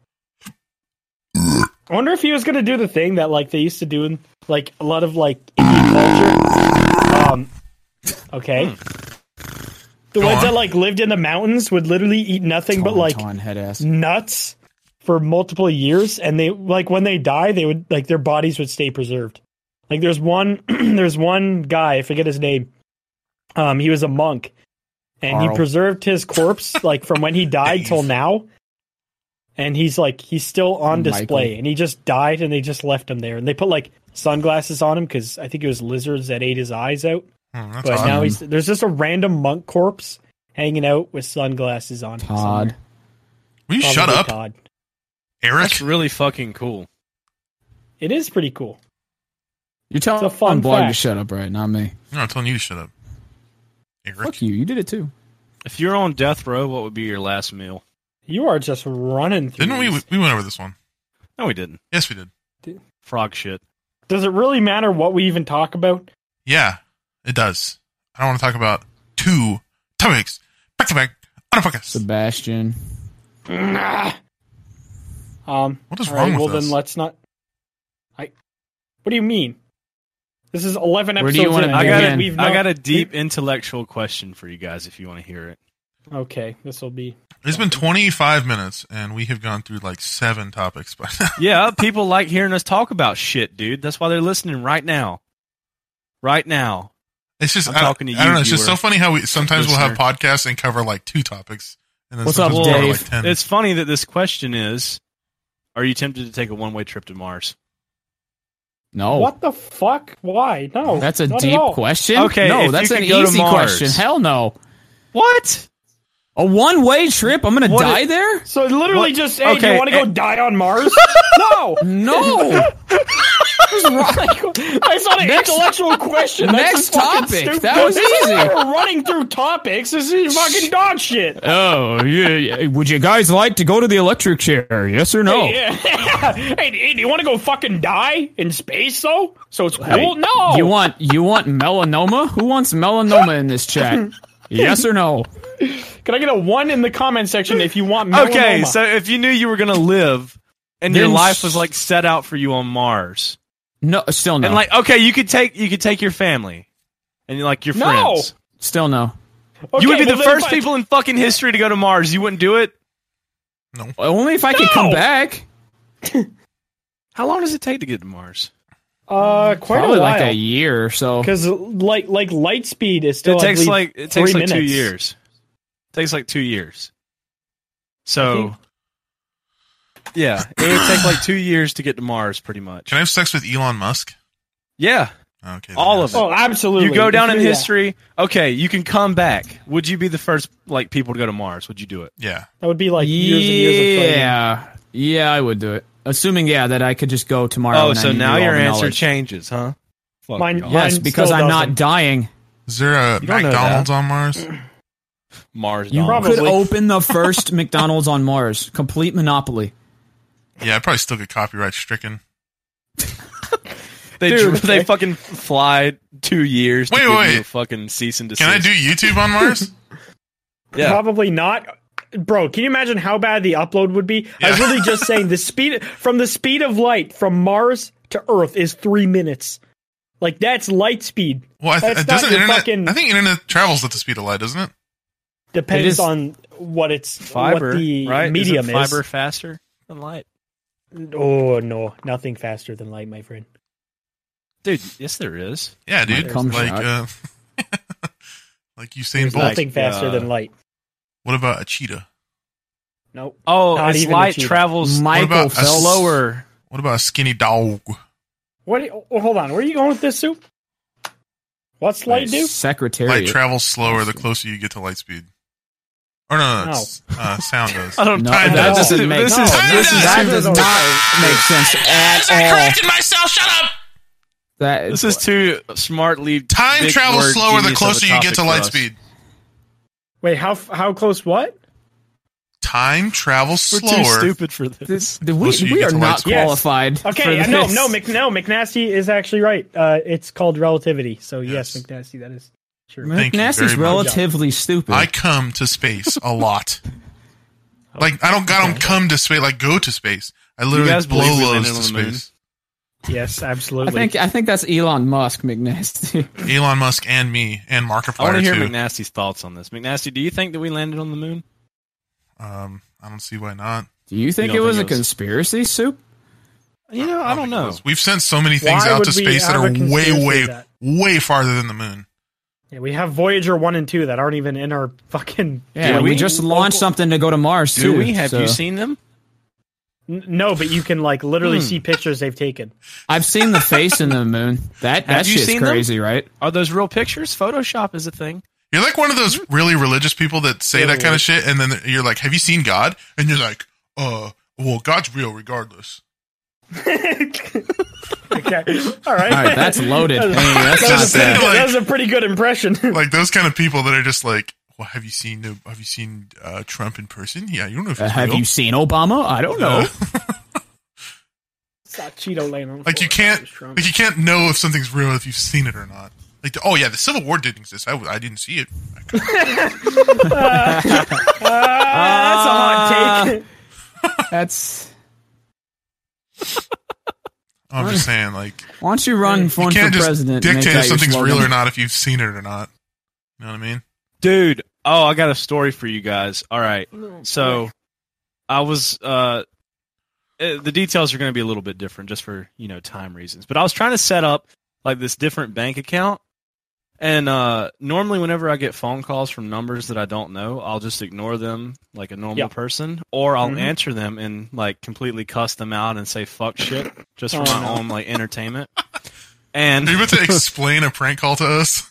I wonder if he was going to do the thing that like they used to do in like a lot of like Indian culture. Um, okay. The
Hmm. Go
ones
on.
that like lived in the mountains would literally eat nothing but like
Tauntaun head ass.
nuts for multiple years and they like when they die they would like their bodies would stay preserved like there's one there's one guy i forget his name um he was a monk and
Carl.
he preserved his corpse like from when he died till now and he's like he's still on
Michael.
display and he just died and they just left him there and they put like sunglasses on him because i think it was lizards that ate his eyes out
Hmm, that's
but
odd.
now he's there's just a random monk corpse hanging out with sunglasses on
Todd.
somewhere.
Will you
Probably
shut up,
Todd.
Eric?
That's really fucking cool.
It is pretty cool.
You're telling
It's a fun
I'm blog to
fact.
shut up, right? Not me.
No, I'm telling you to shut up, Eric.
Fuck you. You did it too.
If you're on death row, what would be your last meal?
You are just running through.
Didn't we?
these.
We went over this one.
No, we didn't.
Yes, we did.
Frog shit.
Does it really matter what we even talk about?
Yeah, it does. I don't want to talk about two topics back to back on a podcast.
Sebastian.
Um,
What is
all
wrong with
well,
us?
then let's not. I. What do you mean? This is eleven
Where
episodes.
do you wanna
in,
I
and
begin?
got,
Man.
a,
we've
I
not-
got a deep intellectual question for you guys if you want to hear it.
Okay, this will be.
It's been 25 minutes, and we have gone through like seven topics by now.
Yeah, people like hearing us talk about shit, dude. That's why they're listening right now. Right now.
It's just
I'm
I, don't-
talking to
I don't
you,
know. It's just so
viewer,
funny how we sometimes we'll have
listener.
podcasts and cover like two topics, and then
What's up,
sometimes we'll cover
Dave?
like ten.
It's funny that this question is Are you tempted to take a one way trip to Mars?
No.
What the fuck? Why? No.
Oh. That's a
not at
deep
all.
question.
Okay, if
No,
you
that's an
could go to
easy
Mars.
question. Hell no.
What?
A one way trip? I'm gonna
What
die
is-
there?
So literally,
What?
just hey, do
Okay,
you want to go
eh.
die on Mars? no.
No.
That's not an
Next-
intellectual question. That's
next
just fucking
topic.
Stupid.
That was easy.
We're running through topics. This is fucking dog shit.
oh, yeah. Would you guys like to go to the electric chair? Yes or
Oh.
no?
Yeah. hey, do you want to go fucking die in space though? So it's cool. no.
You want you want melanoma? Who wants melanoma in this chat? Yes or no?
Can I get a one in the comment section if you want melanoma?
Okay, so if you knew you were going to live and your
Then
life
sh-
was like set out for you on Mars.
No, still no.
And like, okay, you could take you could take your family and like your
No.
friends.
still no.
Okay,
you would be
well,
the
then
first
if I-
people in fucking history to go to Mars. You wouldn't do it.
Only if I could come
No.
back.
How long does it take to get to Mars?
Uh, quite
Probably
a
like a
while.
year or so.
Because like like light speed is still
it
Oh, I
takes
believe,
like it takes
three
like two
minutes.
years. It takes like two years. So, yeah, it would take like two years to get to Mars, pretty much.
Can I have sex with Elon Musk?
yeah,
Okay,
All
then
of
yes.
Oh, absolutely.
you go down in
Yeah.
history. Okay, you can come back. Would you be the first like people to go to Mars? Would you do it?
Yeah,
That would be like
yeah,
years and years of training.
yeah, I would do it. Assuming yeah that I could just go tomorrow.
Oh,
and I
so
knew
now
all
your
the
answer
knowledge.
changes, huh? Fuck
Mine-
y'all.
Yes,
Mine
because
still
I'm not
doesn't.
dying.
is there a
don't know
McDonald's on Mars?
Mars.
You
Donald.
could
Probably.
open the first McDonald's on Mars. Complete monopoly.
Yeah, I probably still get copyright stricken.
They
Dude,
dr- they
okay.
fucking fly two years.
Wait,
to give
wait.
you a fucking cease and desist.
Can I do YouTube on Mars?
Yeah.
Probably not. Bro, can you imagine how bad the upload would be? I was
Yeah.
literally just saying the speed from the speed of light from Mars to Earth is three minutes. Like that's light speed.
Well, I th-
That's not
doesn't
your
internet.
fucking-
I think internet travels at the speed of light, doesn't it?
Depends
It is-
on what it's
fiber?
what the
right?
medium
Isn't
is.
fiber faster than light.
Oh no, nothing faster than light, my friend.
Dude, yes, there is.
Yeah, dude.
cum
Like,
shot.
uh, like Usain
There's
Bolt.
nothing faster
uh,
than light.
What about a cheetah?
Nope.
Oh,
Not
its
even a
light
cheetah.
travels
What
Michael
about a
fell
s-
lower.
slower.
What about a skinny dog?
What? do you- oh, hold on. Where are you going with this soup? What's light do?
Light
Secretariat.
travels slower the closer you get to light speed. Or no, no, it's, uh, sound does.
I don't
no,
know.
Time
that
does.
doesn't
Oh, This
make
is-
sense.
this is-
that does
Time
not make sense at all.
myself. Shut up.
That
This is too smartly.
Time
big
travels
word
slower the
genius of a
closer you get
topic
to
for
light
us.
speed.
Wait, how f- how close? What?
Time travels
We're
slower.
too stupid for this.
this, we,
Closer you
we
get
are
to light
not
speed.
qualified.
Okay, uh,
for
no,
this.
no, Mc, no, McNasty is actually right. Uh, it's called relativity. So yes,
Yes.
McNasty, that is true.
Thank you
McNasty's
very much.
relatively stupid.
I come to space a lot.
Oh,
like I don't, I don't come to space. Like go to space. I literally
guys
blow
believe we
loads
landed
to
on the moon?
space.
Yes,
I
absolutely.
think I think that's Elon Musk McNasty.
Elon Musk and me and
I want to
Markiplier
hear
too.
McNasty's thoughts on this. McNasty, do you think that we landed on the moon?
um, I don't see why not.
Do you think
You
it
don't
was a
think it was-
conspiracy soup?
You know, I don't
think it
know.
was. We've sent so many things
Why
out
would
to
we
space that
have
are
a
way,
conspiracy
way,
of that?
way farther than the moon.
yeah, we have Voyager one and two that aren't even in our fucking.
Yeah,
Do
we,
we-
just launched something to go to Mars
Do
too.
we? Have you
so-
seen them?
N- No, but you can like literally see pictures they've taken.
I've seen the face in the moon. That that
Have you
shit's
seen them?
crazy, right?
Are those real pictures? Photoshop is a thing.
You're like one of those
Mm-hmm.
really religious people that say that kind of shit, and then you're like, "Have you seen God?" And you're like, "Uh, well, God's real regardless."
Okay, all right.
All right, that's loaded. I mean, that's
That was, a
not
not bad.
pretty, good- that was a pretty good impression.
Like those kind of people that are just like, "Well, have you seen uh, have you seen uh, Trump in person? Yeah, you don't know if
Uh,
he's
have
real."
you seen Obama? I don't know.
It's not Cheeto laying on the
like you
floor.
can't
It's Oh, Trump.
like you can't know if something's real if you've seen it or not. Like, oh yeah, the Civil War didn't exist. I, w- I didn't see it. I couldn't-
Ah, that's a hot take.
That's
I'm just saying, like,
why don't you run
you
one for
can't just
president? and make
dictate
that
if
your
something's
slogan.
real or not if you've seen it or not. You know what I mean?
Dude, oh, I got a story for you guys. All right. So I was uh eh, the details are going to be a little bit different just for, you know, time reasons. But I was trying to set up like this different bank account and uh normally whenever I get phone calls from numbers that I don't know, I'll just ignore them like a normal
Yeah.
person or I'll
Mhm.
answer them and like completely cuss them out and say fuck shit just for
Oh,
my
no.
own like entertainment. And
Are you about to explain a prank call to us?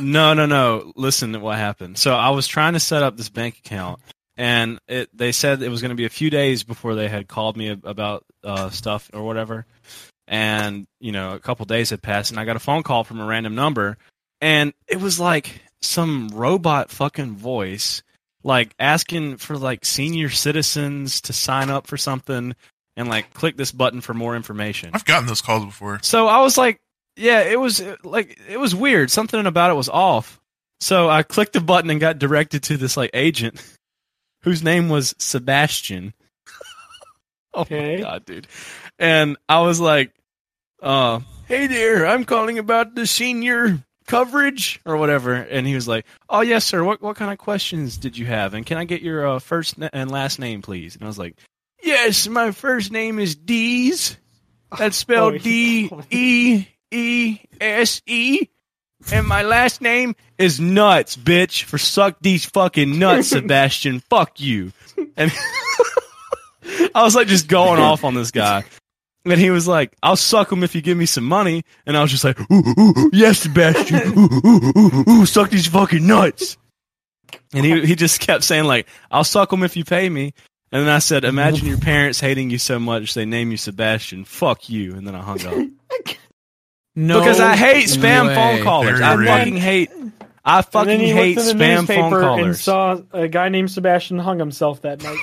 no, no, no. Listen to what happened. So I was trying to set up this bank account, and it they said it was going to be a few days before they had called me ab- about uh, stuff or whatever. And you know, a couple days had passed, and I got a phone call from a random number, and it was like some robot fucking voice, like asking for like senior citizens to sign up for something and like click this button for more information.
I've gotten those calls before.
So I was like, yeah, it was uh, like it was weird. Something about it was off. So I clicked the button and got directed to this like agent whose name was Sebastian. oh
Okay.
my god, dude. And I was like, uh, hey there, I'm calling about the senior coverage or whatever. And he was like, "Oh yes, sir. What what kind of questions did you have? And can I get your uh, first na- and last name, please?" And I was like, "Yes, my first name is Dees. That's
Oh,
spelled
he-
D E E S E, and my last name is Nuts, bitch. For suck these fucking nuts, Sebastian. Fuck you." And I was like, just going off on this guy. And he was like, "I'll suck him if you give me some money." And I was just like, "Ooh, ooh, ooh, yes, Sebastian, ooh, ooh, ooh, ooh, ooh, suck these fucking nuts." And he he just kept saying like, "I'll suck him if you pay me." And then I said, "Imagine your parents hating you so much they name you Sebastian. Fuck you." And then I hung up
No
because I hate spam
way.
phone callers.
Very
I
rude.
fucking hate. I
And
fucking
then he
hate
looked in the
spam
newspaper
phone callers.
And saw a guy named Sebastian hung himself that night.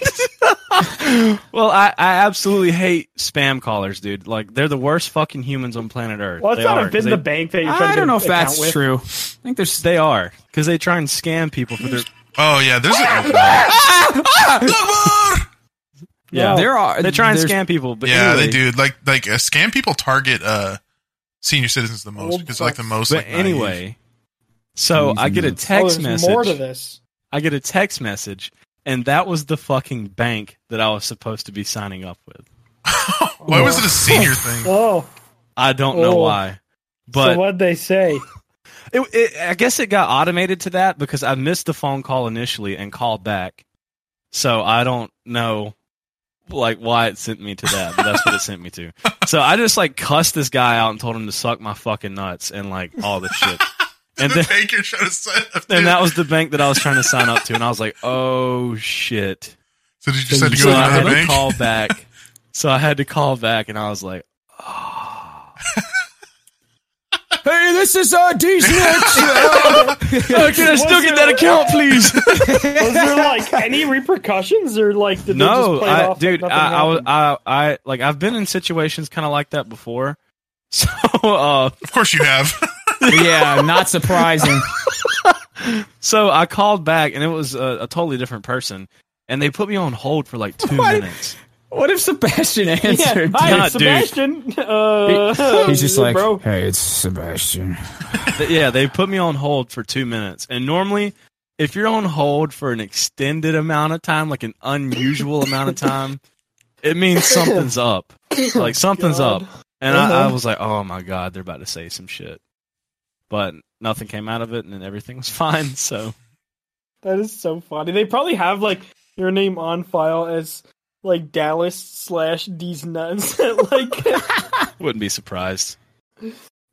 well, I, I absolutely hate spam callers, dude. Like they're the worst fucking humans on planet Earth.
Well, it's
They
not
are,
have been
'cause
the
they-
bank that you're trying
I
to get
don't know if
an account
that's
with.
true. I think there's
They are because they try and scam people for their
Oh yeah, there's a
yeah.
there are
they try and
there's-
scam people, but
yeah
anyway,
they do. Like like uh, scam people target uh senior citizens the most
Old
because like the
folks.
most.
But
like, naive.
anyway, so I get a
Oh,
text
there's
message.
more to this.
I get a text message, and that was the fucking bank that I was supposed to be signing up with.
why was it a senior thing?
Oh,
I don't know
Oh.
why, but
so what'd they say?
It, it, I guess it got automated to that because I missed the phone call initially and called back. So I don't know like why it sent me to that, but that's what it sent me to. So I just like cussed this guy out and told him to suck my fucking nuts and like all this shit.
And
And
the
then-
banker should have said.
and that was the bank that I was trying to sign up to and I was like, "Oh shit."
so did you just have to go
so
to
I had
another
to
bank?
call back. So I had to call back and I was like,
Hey, this is uh, D's nuts.
oh, "Can I still get that account, please?"
Was there like any repercussions or like did they just
no,
play it
I,
off
dude,
like
I, I, was-
nothing
I, I, like, I've been in situations kind of like that before. So, uh,
Of course you have.
yeah, not surprising.
so I called back, and it was a, a totally different person, and they put me on hold for like two
Why-
minutes.
What if Sebastian
happened?
answered?
Yeah, hi,
Nah, dude.
Sebastian. Uh,
He's just like,
bro.
hey, it's Sebastian.
Th- yeah, they put me on hold for two minutes, and normally, if you're on hold for an extended amount of time, like an unusual amount of time, it means something's up. Like something's
God.
up, and I, I
Uh-huh.
was like, "Oh my god, they're about to say some shit," but nothing came out of it, and everything was fine. So.
That is so funny. They probably have like your name on file as like Dallas slash these nuts. like,
Wouldn't be surprised.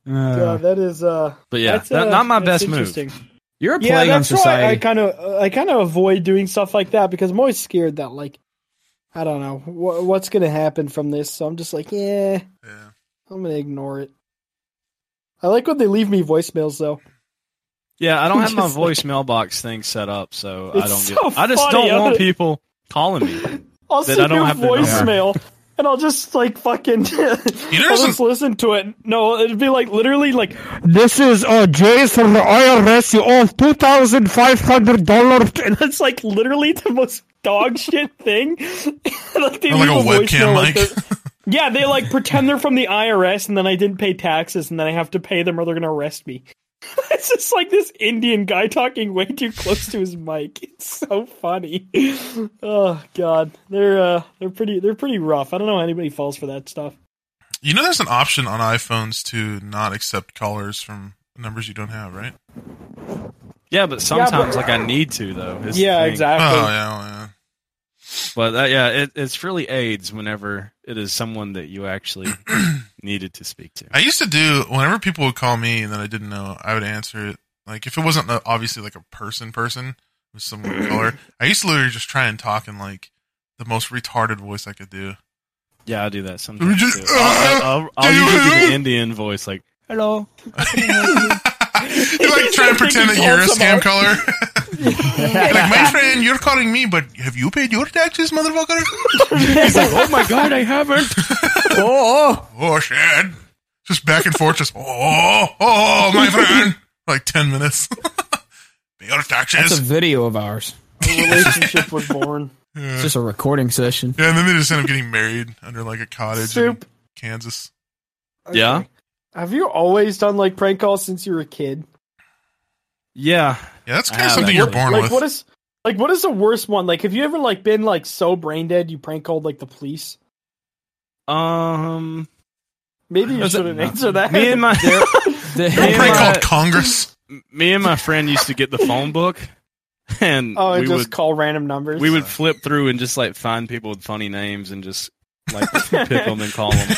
God, that is uh,
But yeah,
that's,
not,
uh,
not my
that's
best move.
interesting.
You're a
Yeah,
plague on
that's why I
society.
kind of I kind of avoid doing stuff like that because I'm always scared that like I don't know wh- what's gonna happen from this. So I'm just like, yeah,
yeah.
I'm gonna ignore it. I like when they leave me voicemails though.
Yeah, I don't have my
Just
voice mailbox thing set up, so I
It's
don't.
so
get, I just
funny,
don't want
I'm-
people calling me.
I'll
Then
send
I don't
you a
have their number.
voicemail. And I'll just like fucking. I'll just
doesn't-
listen to it. No, it'd be like literally like
This is uh, Jays from the IRS. You owe two thousand five hundred dollars.
and that's like literally the most dog shit thing. like they
Or like
leave
a webcam
voicemail, like,
mic.
they're- yeah, they like pretend they're from the IRS, and then I didn't pay taxes, and then I have to pay them, or they're gonna arrest me. it's just like this Indian guy talking way too close to his mic. It's so funny. oh god, they're uh, they're pretty they're pretty rough. I don't know how anybody falls for that stuff.
You know, there's an option on iPhones to not accept callers from numbers you don't have, right?
Yeah, but sometimes like I need to though. is the
yeah,
thing.
exactly.
Oh yeah, well, yeah.
But that, yeah, it, it's really aids whenever it is someone that you actually needed to speak to.
I used to do whenever people would call me and then I didn't know, I would answer it. Like if it wasn't uh, obviously like a person, person it was someone of color. I used to literally just try and talk in like the most retarded voice I could do.
Yeah, I do that sometimes.
just-
too. I'll, I'll, I'll, I'll usually do the Indian voice, like "Hello."
you like try and pretend that you're a scam caller. You're like my friend, you're calling me, but have you paid your taxes, motherfucker?
He's like, "Oh my god, I haven't."
oh shit! Just back and forth, just oh oh my friend, like ten minutes. Pay your
That's
taxes.
a video of ours.
A relationship was born.
It's just a recording session.
yeah, and then they just end up getting married under like a cottage in
Soup.
Kansas.
Yeah,
Have you always done like prank calls since you were a kid?
yeah.
Yeah, that's
I
kind of
have
something you're
actually.
born
like
with.
what is like what is the worst one? Like have you ever like been like so brain dead you prank called like the police?
Um,
Maybe you
Was it-
shouldn't answer that.
me and my
Don't
Yeah.
prank
Yeah.
called Congress.
me and my friend used to get the phone book and
oh, and
we
just
would
call random numbers.
we would flip through and just like find people with funny names and just like pick them and call them.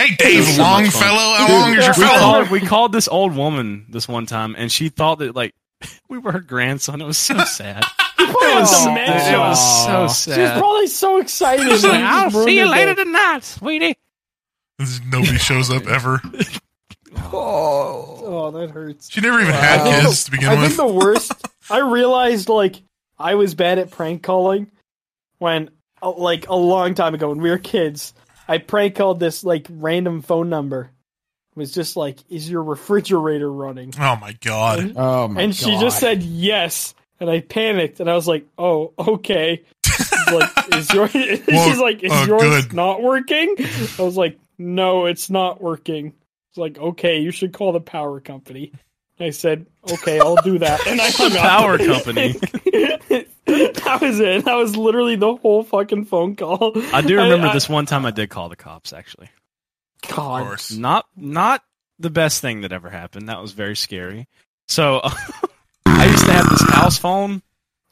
Hey,
This
Dave
is so much fun.
Longfellow, how long is your
We
fellow?
called, we called this old woman this one time and she thought that like we were her grandson. It was so sad.
Probably
It was,
dementia.
it was so
She Oh, was
sad.
probably so excited. She's like,
tonight, sweetie.
Nobody shows up ever.
Oh, that hurts.
She never even
I think
had
the-
kids to begin
I think
with.
the worst. I realized like I was bad at prank calling when uh, like a long time ago when we were kids. I prank called this like random phone number. It was just like, "Is your refrigerator running?"
Oh my god!
Oh my
and she
God.
just said yes, and I panicked, and I was like, "Oh, okay." She's like, is your? she's like, is
oh,
yours
good.
not working? I was like, no, it's not working. It's like, okay, you should call the power company. I said, okay, I'll do that, and I hung up.
Power company.
that was it. That was literally the whole fucking phone call.
I do remember
I-
this one time I did call the cops actually.
Of
God,
course.
Not not the best thing that ever happened. That was very scary. So I used to have this house phone.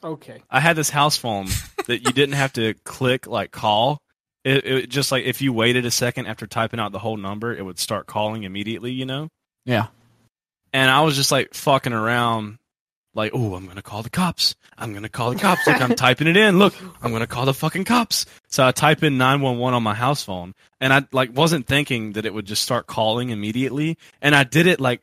Okay.
I had this house phone that you didn't have to click like call. It, it just like if you waited a second after typing out the whole number, it would start calling immediately. You know.
Yeah.
And I was just like fucking around, like, oh, I'm gonna call the cops. I'm gonna call the cops. Look, I'm typing it in. Look, I'm gonna call the fucking cops. So I type in nine one one on my house phone, and I like wasn't thinking that it would just start calling immediately. And I did it like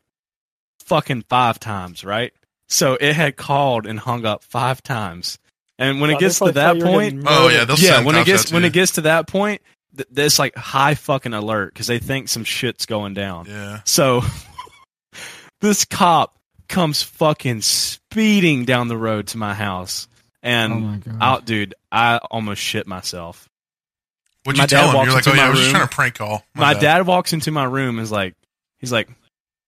fucking five times, right? So it had called and hung up five times. And when
Wow,
it
they
gets to
probably thought
that
you were
point,
getting
Oh
murdered.
yeah, they'll
yeah,
send
when it
cops out
gets
to
when
you.
it gets to that point, th- there's like high fucking alert because they think some shit's going down.
yeah,
So this cop comes fucking speeding down the road to my house, and
Oh my God.
out, dude, I almost shit myself.
what
my
you
dad
tell him?
walks
You're like,
into
oh yeah,
my
I was just
room.
trying to prank call.
My
bad.
dad walks into my room and is like, he's like, "Why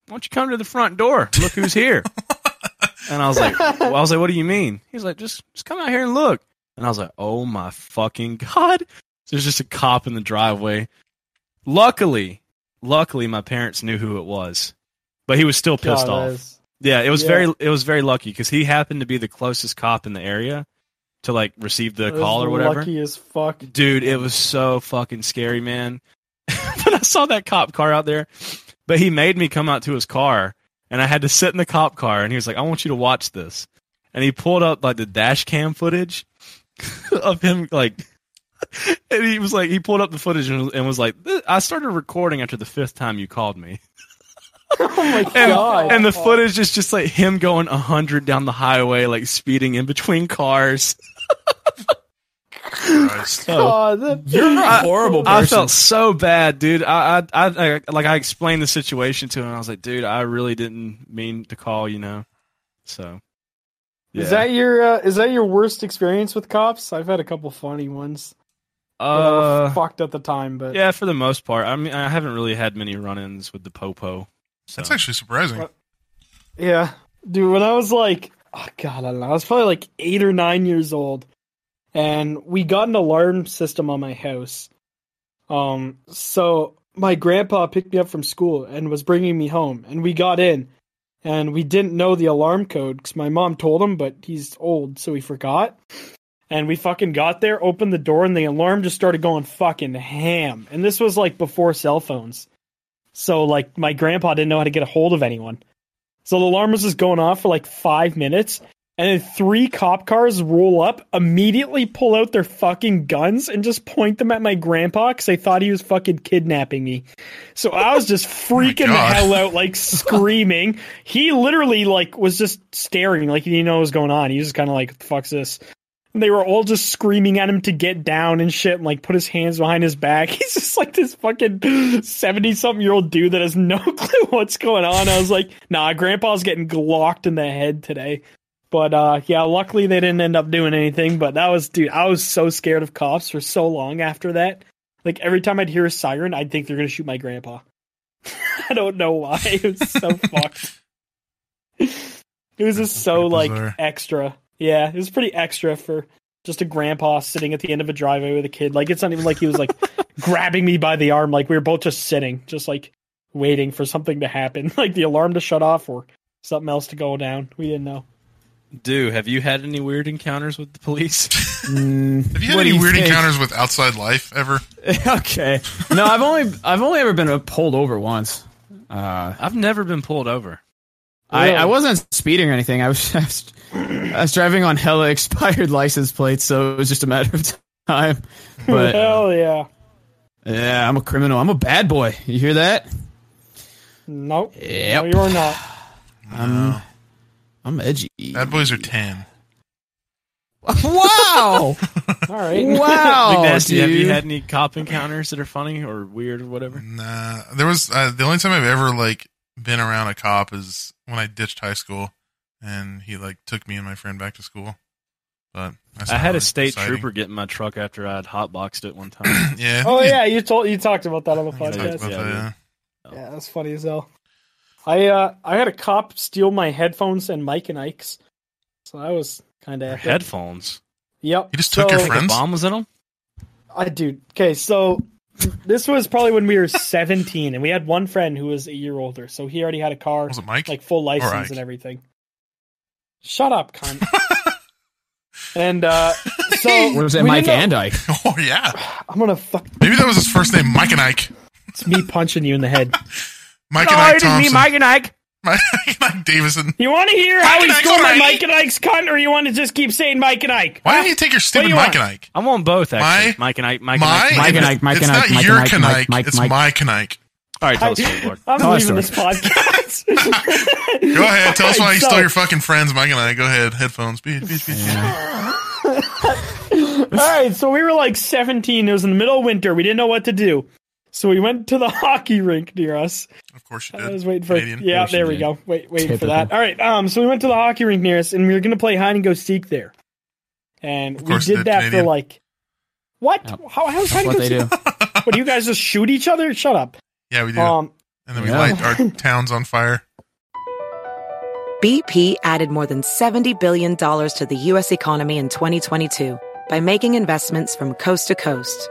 don't you come to the front door? Look who's here." and I was like, well, I was like, "What do you mean?" He's like, "Just just come out here and look." And I was like, "Oh my fucking god!" There's just a cop in the driveway. Luckily, luckily, my parents knew who it was, but he was still pissed
God,
off.
that is-
Yeah, it was
Yeah.
very it was very lucky because he happened to be the closest cop in the area to like receive the
that is
call or whatever.
Lucky as fuck.
Dude, it was so fucking scary, man. but I saw that cop car out there, but he made me come out to his car, and I had to sit in the cop car, and he was like, "I want you to watch this," and he pulled up like the dash cam footage of him like. And he was like, he pulled up the footage and was, and was like, "Th- I started recording after the fifth time you called me.
Oh my
And,
god.
and the footage is just like him going 100 down the highway, like speeding in between cars.
Christ.
Oh.
God, that-
You're a
I-
horrible
I
person.
felt so bad, dude. I, I, I, I, like I explained the situation to him. I was like, dude, I really didn't mean to call, you know. So, yeah.
Is that your uh, is that your worst experience with cops? I've had a couple funny ones. that I
uh,
were fucked at the time, but
yeah, for the most part. I mean, I haven't really had many run-ins with the popo. So.
That's actually surprising.
Yeah. Dude, when I was like, oh God, I don't know. I was probably like eight or nine years old. And we got an alarm system on my house. Um, so my grandpa picked me up from school and was bringing me home. And we got in and we didn't know the alarm code because my mom told him, but he's old, so he forgot. And we fucking got there, opened the door, and the alarm just started going fucking ham. And this was like before cell phones. So, like, my grandpa didn't know how to get a hold of anyone. So the alarm was just going off for like five minutes, and then three cop cars roll up, immediately pull out their fucking guns, and just point them at my grandpa because they thought he was fucking kidnapping me. So I was just freaking the
God.
hell out, like screaming. He literally like was just staring, like he didn't know what was going on. He was just kind of like, "What the fuck's this?" And they were all just screaming at him to get down and shit and like put his hands behind his back. He's just like this fucking 70 something year old dude that has no clue what's going on. I was like, nah, grandpa's getting glocked in the head today. But uh yeah, luckily they didn't end up doing anything. But that was dude, I was so scared of cops for so long after that. Like every time I'd hear a siren, I'd think they're gonna shoot my grandpa. I don't know why. It was so fucked. It was just so
pretty
like
bizarre.
extra. Yeah, it was pretty extra for just a grandpa sitting at the end of a driveway with a kid. Like it's not even like he was like grabbing me by the arm. Like we were both just sitting, just like waiting for something to happen, like the alarm to shut off or something else to go down. We didn't know.
Do have you had any weird encounters with the police?
Mm,
Have you had
what do
any weird
think?
encounters with outside life ever?
okay. No, I've only I've only ever been pulled over once. Uh,
I've never been pulled over.
I,
Really?
I wasn't speeding or anything. I was just, I was driving on hella expired license plates, so it was just a matter of time. But
Hell yeah.
yeah, I'm a criminal. I'm a bad boy. You hear that?
Nope.
Yep.
No, you're not.
Um,
I'm, I'm edgy.
Bad boys are tan.
wow!
All right.
wow!
Big Nasty, have you
Oh, dude.
had any cop encounters that are funny or weird or
Mm,
whatever?
Nah, there was uh, the only time I've ever like been around a cop is when I ditched high school, and he like took me and my friend back to school. But that's
I
not
had a
really
state
exciting.
trooper get in my truck after I'd hotboxed it one time.
Yeah.
Oh yeah, you told you talked about that on the
I think we
podcast.
talked about
Yeah,
that,
yeah.
yeah.
Yeah, that's funny as hell. I uh I had a cop steal my headphones and Mike and Ike's. So that was kind of
Headphones.
Yep.
He just took your
so-
friend- Friends?
Bomb was in them.
I dude. Okay, so This was probably when we were 17, and we had one friend who was a year older, so he already had a car,
Was it Mike?
like full license
Ike?
and everything. Shut up, cunt. and uh, so
What was that,
we
Mike
didn't
and
know-
Ike?
oh yeah,
I'm gonna fuck.
maybe that was his first name, Mike and Ike.
It's me punching you in the head.
Mike
No, it
and Ike
is me,
Thompson.
Mike and Ike.
Mike and Ike Davison.
You want to hear how
Mike and
he's
Ike,
going by
alright.
Mike and Ike's cunt, or you want to just keep saying Mike and Ike?
Why didn't you take your stupid
you
Mike
want?
and Ike?
I'm on both actually.
My-
Mike and Ike. Mike
My
and Ike.
Mike and Ike, Mike
it's
and Ike,
not
Mike and
your
Ike,
Kanike,
Mike, Mike,
it's
Mike.
my Kanike.
All right, tell us,
I,
Lord.
I'm
Tell us
leaving
the
this podcast.
Go ahead, tell us why you
So-
stole your fucking friends, Mike and I. Go ahead, headphones. Be, be, be.
All right, so we were like 17. It was in the middle of winter. We didn't know what to do. So we went to the hockey rink near us.
Of course you did.
I was waiting for
Uh, Canadian. Oh,
Yeah, there we go. Wait, wait for that. All right. Um, so we went to the hockey rink near us, and we were gonna play hide and go seek there, and
Of
we
course
did
you did,
that
Canadian.
for like what?
Yep.
How how's
That's
hide and
what
go
they
seek?
do.
What do you guys just shoot each other? Shut up.
Yeah, we do.
Um,
and then we
yeah.
light our towns on fire.
BP added more than $70 billion to the U.S. economy in 2022 by making investments from coast to coast.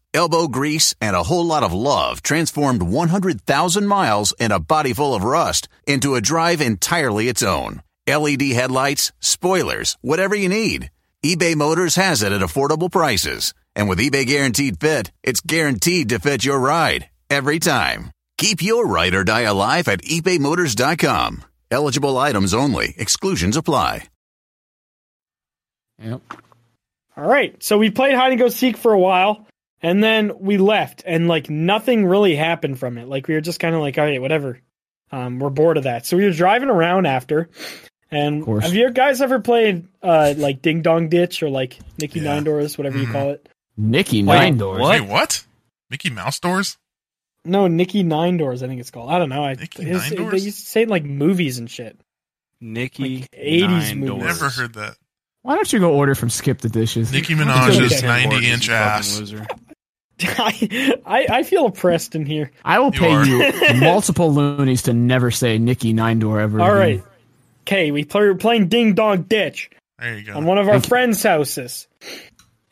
Elbow grease and a whole lot of love transformed 100,000 miles and a body full of rust into a drive entirely its own. LED headlights, spoilers, whatever you need. eBay Motors has it at affordable prices. And with eBay Guaranteed Fit, it's guaranteed to fit your ride every time. Keep your ride or die alive at ebaymotors.com. Eligible items only, exclusions apply.
Yep.
all right. So we played hide and go seek for a while, and then we left, and like nothing really happened from it. Like we were just kind of like, all right, whatever. Um, we're bored of that. So we were driving around after. And
course.
have you guys ever played uh, like Ding Dong Ditch or like Nicky
Yeah. Mm-hmm.
Nine Doors, whatever you call it?
Nikki Nine Doors.
Wait, what? Mickey Mouse doors?
No, Nicky Nine Doors, I think it's called. I don't know. I,
Nicky
his-
Nine
They
Doors?
used to say it in, like movies and shit.
Nikki.
Like 80s
Nine
movies.
Doors.
Never heard that.
Why don't you go order from Skip the Dishes?
Nicki
Okay.
Minaj's
Okay.
Lord,
90
you
inch
fucking
ass.
loser.
I, I I feel oppressed in here.
I will
You
pay
are.
you multiple loonies to never say Nikki Nine Door ever.
All
Mm-hmm.
again.
right. Okay, we play, we're playing Ding Dong Ditch
There you go.
on one of our friends' houses.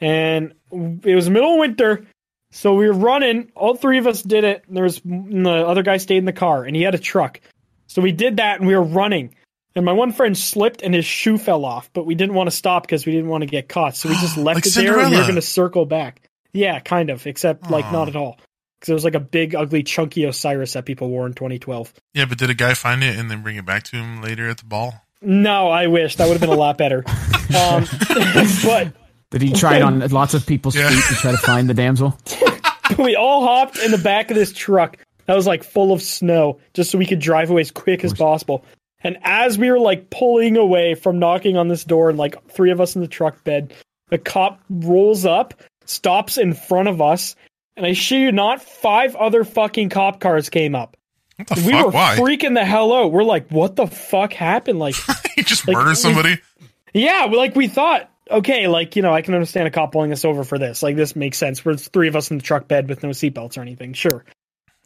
And it was middle of winter, so we were running. All three of us did it. And there was and the other guy stayed in the car, and he had a truck. So we did that, and we were running. And my one friend slipped, and his shoe fell off. But we didn't want to stop because we didn't want to get caught. So we just left
Like
it there, and we were
Cinderella.
going to circle back. Yeah, kind of, except like not at all, because it was like a big, ugly, chunky Osiris that people wore in 2012.
yeah, but did a guy find it and then bring it back to him later at the ball?
No, I wish that would have been a lot better. Um, but
Did he try it on lots of people's
Yeah.
feet to try to find the damsel?
we all hopped in the back of this truck that was like full of snow just so we could drive away as quick as possible. And as we were like pulling away from knocking on this door and like three of us in the truck bed, the cop rolls up, stops in front of us, and I shit you not, five other fucking cop cars came up.
What the
We
fuck?
were
Why?
freaking the hell out. We're like, what the fuck happened? Like
he just
like, we-
murdered somebody?
yeah, we- like we thought, okay, like, you know, I can understand a cop pulling us over for this. Like, this makes sense. We're three of us in the truck bed with no seatbelts or anything, sure.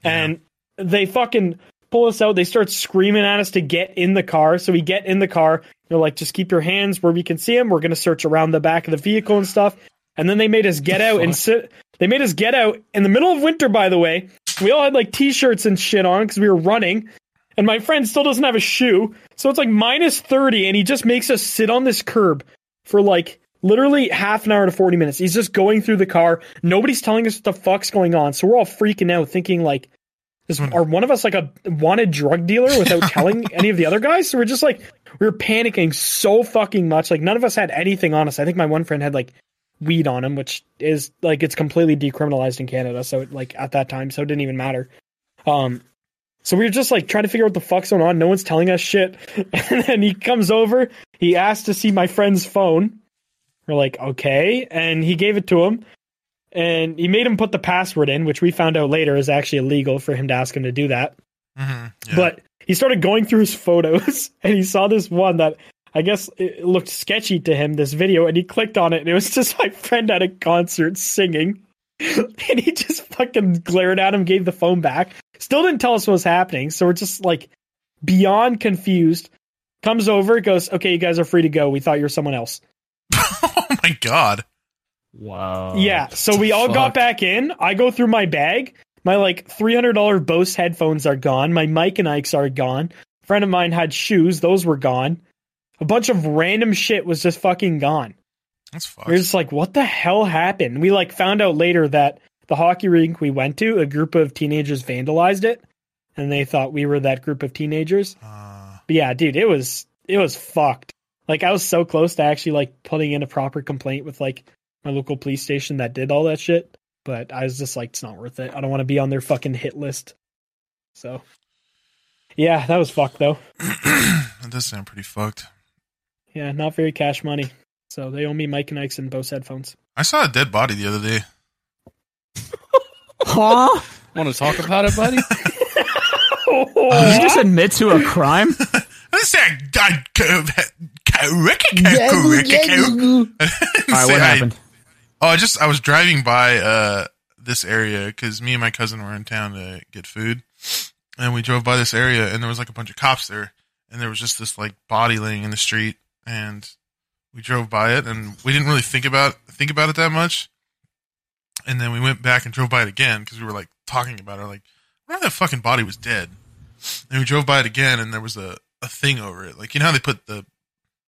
And they fucking pull us out. They start screaming at us to get in the car. So we get in the car. They're like, just keep your hands where we can see them. We're going to search around the back of the vehicle and stuff. And then they made us get out and sit. They made us get out in the middle of winter, by the way. We all had like t shirts and shit on because we were running and my friend still doesn't have a shoe. So it's like minus 30, and he just makes us sit on this curb for like literally half an hour to 40 minutes. He's just going through the car. Nobody's telling us what the fuck's going on. So we're all freaking out, thinking like, is, are one of us like a wanted drug dealer without telling any of the other guys? So we're just like, we were panicking so fucking much. Like, none of us had anything on us. I think my one friend had like weed on him, which is like, it's completely decriminalized in Canada. So, like, at that time, so it didn't even matter. Um, so we were just like trying to figure out what the fuck's going on. No one's telling us shit. And then he comes over. He asked to see my friend's phone. We're like, okay. And he gave it to him. And he made him put the password in, which we found out later is actually illegal for him to ask him to do that.
hmm
But he started going through his photos and he saw this one that I guess it looked sketchy to him, this video, and he clicked on it and it was just my friend at a concert singing. and he just fucking glared at him, gave the phone back. Still didn't tell us what was happening, so we're just like beyond confused. Comes over, goes, Okay, you guys are free to go. We thought you were someone else.
Oh my god.
Wow.
Yeah. So we all got back in. I go through my bag. My like three hundred dollar Bose headphones are gone. My Mike and Ike's are gone. A friend of mine had shoes. Those were gone. A bunch of random shit was just fucking gone.
That's fucked.
We were just like, what the hell happened? We like found out later that the hockey rink we went to, a group of teenagers vandalized it, and they thought we were that group of teenagers.
Uh,
But yeah, dude, it was it was fucked. Like I was so close to actually like putting in a proper complaint with like my local police station that did all that shit, but I was just like, it's not worth it. I don't want to be on their fucking hit list. So, yeah, that was fucked though.
that does sound pretty fucked.
Yeah, not very cash money. So they owe me Mike and Ike's and Bose headphones.
I saw a dead body the other day.
Huh?
Want to talk about it, buddy?
Did you just admit to a crime?
I didn't say I died. co- co- co- co- co-
All right,
Say
what
I-
happened?
Oh, I just I was driving by uh this area because me and my cousin were in town to get food, and we drove by this area, and there was like a bunch of cops there, and there was just this like body laying in the street, and we drove by it, and we didn't really think about think about it that much, and then we went back and drove by it again because we were like talking about it, like what if that fucking body was dead, and we drove by it again, and there was a a thing over it, like you know how they put the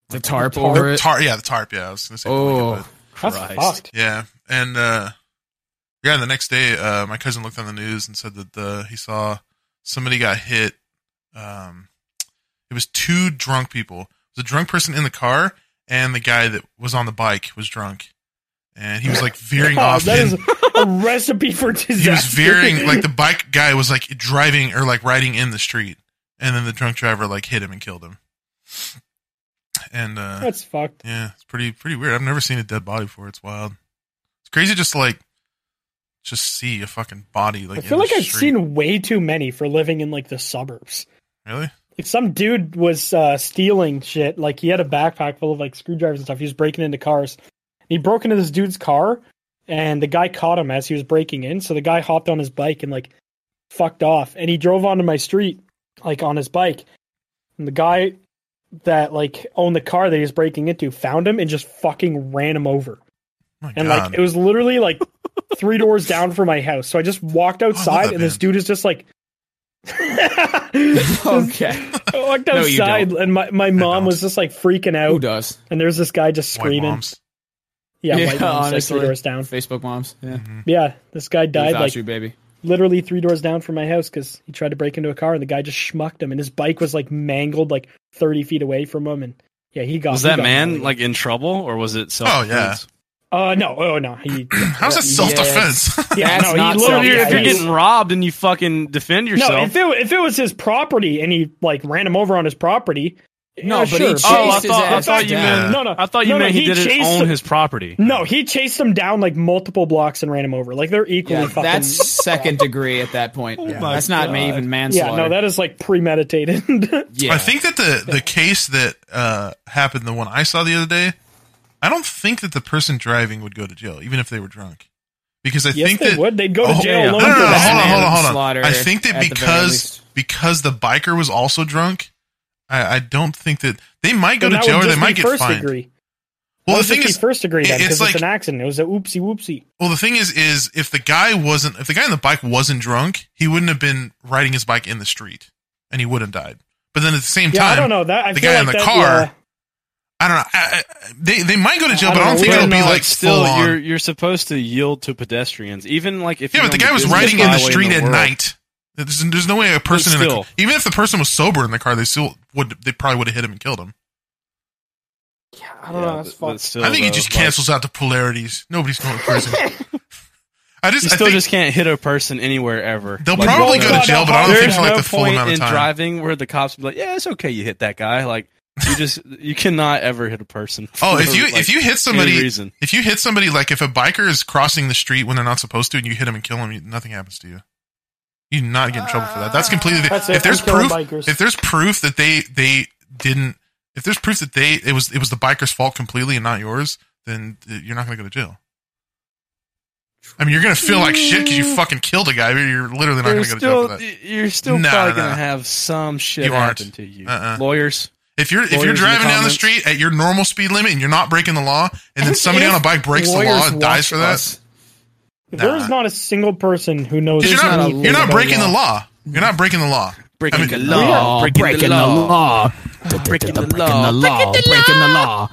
The tarp,
tarp?
over it.
tarp, yeah, the tarp, yeah, I was gonna say, blanket,
Oh.
but-
That's fucked.
yeah, and uh, yeah, the next day, uh, my cousin looked on the news and said that uh, he saw somebody got hit. Um, it was two drunk people. It was a drunk person in the car, and the guy that was on the bike was drunk, and he was like veering
Oh,
off.
that
in-
is a recipe for disaster.
he was veering like the bike guy was like driving or like riding in the street, and then the drunk driver like hit him and killed him. And uh,
That's fucked.
yeah, it's pretty pretty weird. I've never seen a dead body before. It's wild. It's crazy just to, like just see a fucking body like
I feel
in
like
the
I've
street.
seen way too many for living in like the suburbs.
Really?
Like some dude was uh, stealing shit. Like he had a backpack full of like screwdrivers and stuff. He was breaking into cars. He broke into this dude's car, and the guy caught him as he was breaking in. So the guy hopped on his bike and like fucked off. And he drove onto my street like on his bike. And the guy that like owned the car that he was breaking into found him and just fucking ran him over.
Oh my
And
god.
like it was literally like three doors down from my house. So I just walked outside
that
and this
man.
dude is just like
Okay.
I walked
No, you
outside and my, my mom
don't.
was just like freaking
Who
out
does?
and there's this guy just
White
screaming.
moms.
Yeah, white moms, like
honestly.
three doors down.
Facebook moms. Yeah.
Mm.
Yeah, this guy died
Without
like
you, baby.
literally three doors down from my house because he tried to break into a car and the guy just schmucked him and his bike was like mangled like thirty feet away from him and yeah he got
Was
he
that
got
man
mangled.
like in trouble or was it self?
Oh, yeah.
uh no oh no he
How's that self defense?
yeah,
That's
no,
not
he
Oh,
Well,
literally
dude, if you're
yeah,
getting robbed and you fucking defend yourself,
No, if it, if it was his property and he like ran him over on his property.
No,
yeah,
but he
sure.
chased
oh, I
his
thought, I
ass
thought you
down.
meant
No, no,
I thought you
no, no,
meant he,
he
didn't
chased
own
him-
his property.
No, he chased him down like multiple blocks and ran him over. Like they're equally
Yeah,
fucking.
that's second degree at that point.
my
that's not ma- even manslaughter.
yeah, no, that is like premeditated.
Yeah.
I think that the the case that uh happened the one I saw the other day, I don't think that the person driving would go to jail, even if they were drunk. Because I
yes,
think
they
that
would. They'd go to
Oh,
jail
yeah.
alone
no, no,
for
no,
that.
hold on, hold on, hold on.
Manslaughter
I think
at
that
the very
because
least.
because the biker was also drunk, I, I don't think that they might go
Then
to
that
jail
would
or they
just
might
be
get
first
fined.
Degree.
Well,
That
the
would
thing
just
is,
be first degree
it-
then,
it's
because
like
it's an accident. It was a oopsie whoopsie.
well, the thing is, is if the guy wasn't, if the guy on the bike wasn't drunk, he wouldn't have been riding his bike in the street, and he would have died. But then at the same
Yeah,
time,
I don't know that. I
the
feel
guy
like
in the
that,
car.
yeah.
I don't know. I, I, they they might go to jail,
I
but I don't
don't know.
think
We're
it'll be
not
like
still,
full
you're
on.
you're supposed to yield to pedestrians, even like if
Yeah,
you're
but the
on
guy was
busiest
riding in the
highway
street at
world.
night. There's, there's no way a person in a,
still.
even if the person was sober in the car, they still would they probably would have hit him and killed him.
I don't know. That's
but- but
fucked.
still,
I think he
though,
just
like,
cancels out the polarities. Nobody's going to prison. I just
You
I
still
think
just can't hit a person anywhere ever.
they'll probably
both
go
got
to jail,
out
but I don't think
There's
for like
no
the full
point
amount
in
of time.
driving where the cops be like, "Yeah, it's okay. You hit that guy." Like you just you cannot ever hit a person.
Oh, if
for,
you
like,
if you hit somebody,
any reason.
if you hit somebody, like if a biker is crossing the street when they're not supposed to, and you hit him and kill him, you- nothing happens to you. You do not get in trouble for that. That's
Uh,
completely.
That's it.
if there's
I'm killing
proof,
bikers.
if there's proof that they they didn't, if there's proof that they it was it was the biker's fault completely and not yours, then uh, you're not going to go to jail. I mean, you're going to feel like shit because you fucking killed a guy. but You're literally not going
You're
to go to jail
still,
for that.
you're still
Nah,
probably
nah.
gonna have some shit
You aren't.
happen to you.
Uh-uh.
Lawyers,
If you're if
Lawyers
you're
in the
driving down the
comments.
street at your normal speed limit and you're not breaking the law, and then somebody on a bike breaks the law and dies for that,
There is not a single person who knows.
'Cause you're not
anything
you're not
about
breaking the law. You're not breaking the law.
breaking
I mean,
the law, breaking, the law, breaking the law.
law, breaking the law.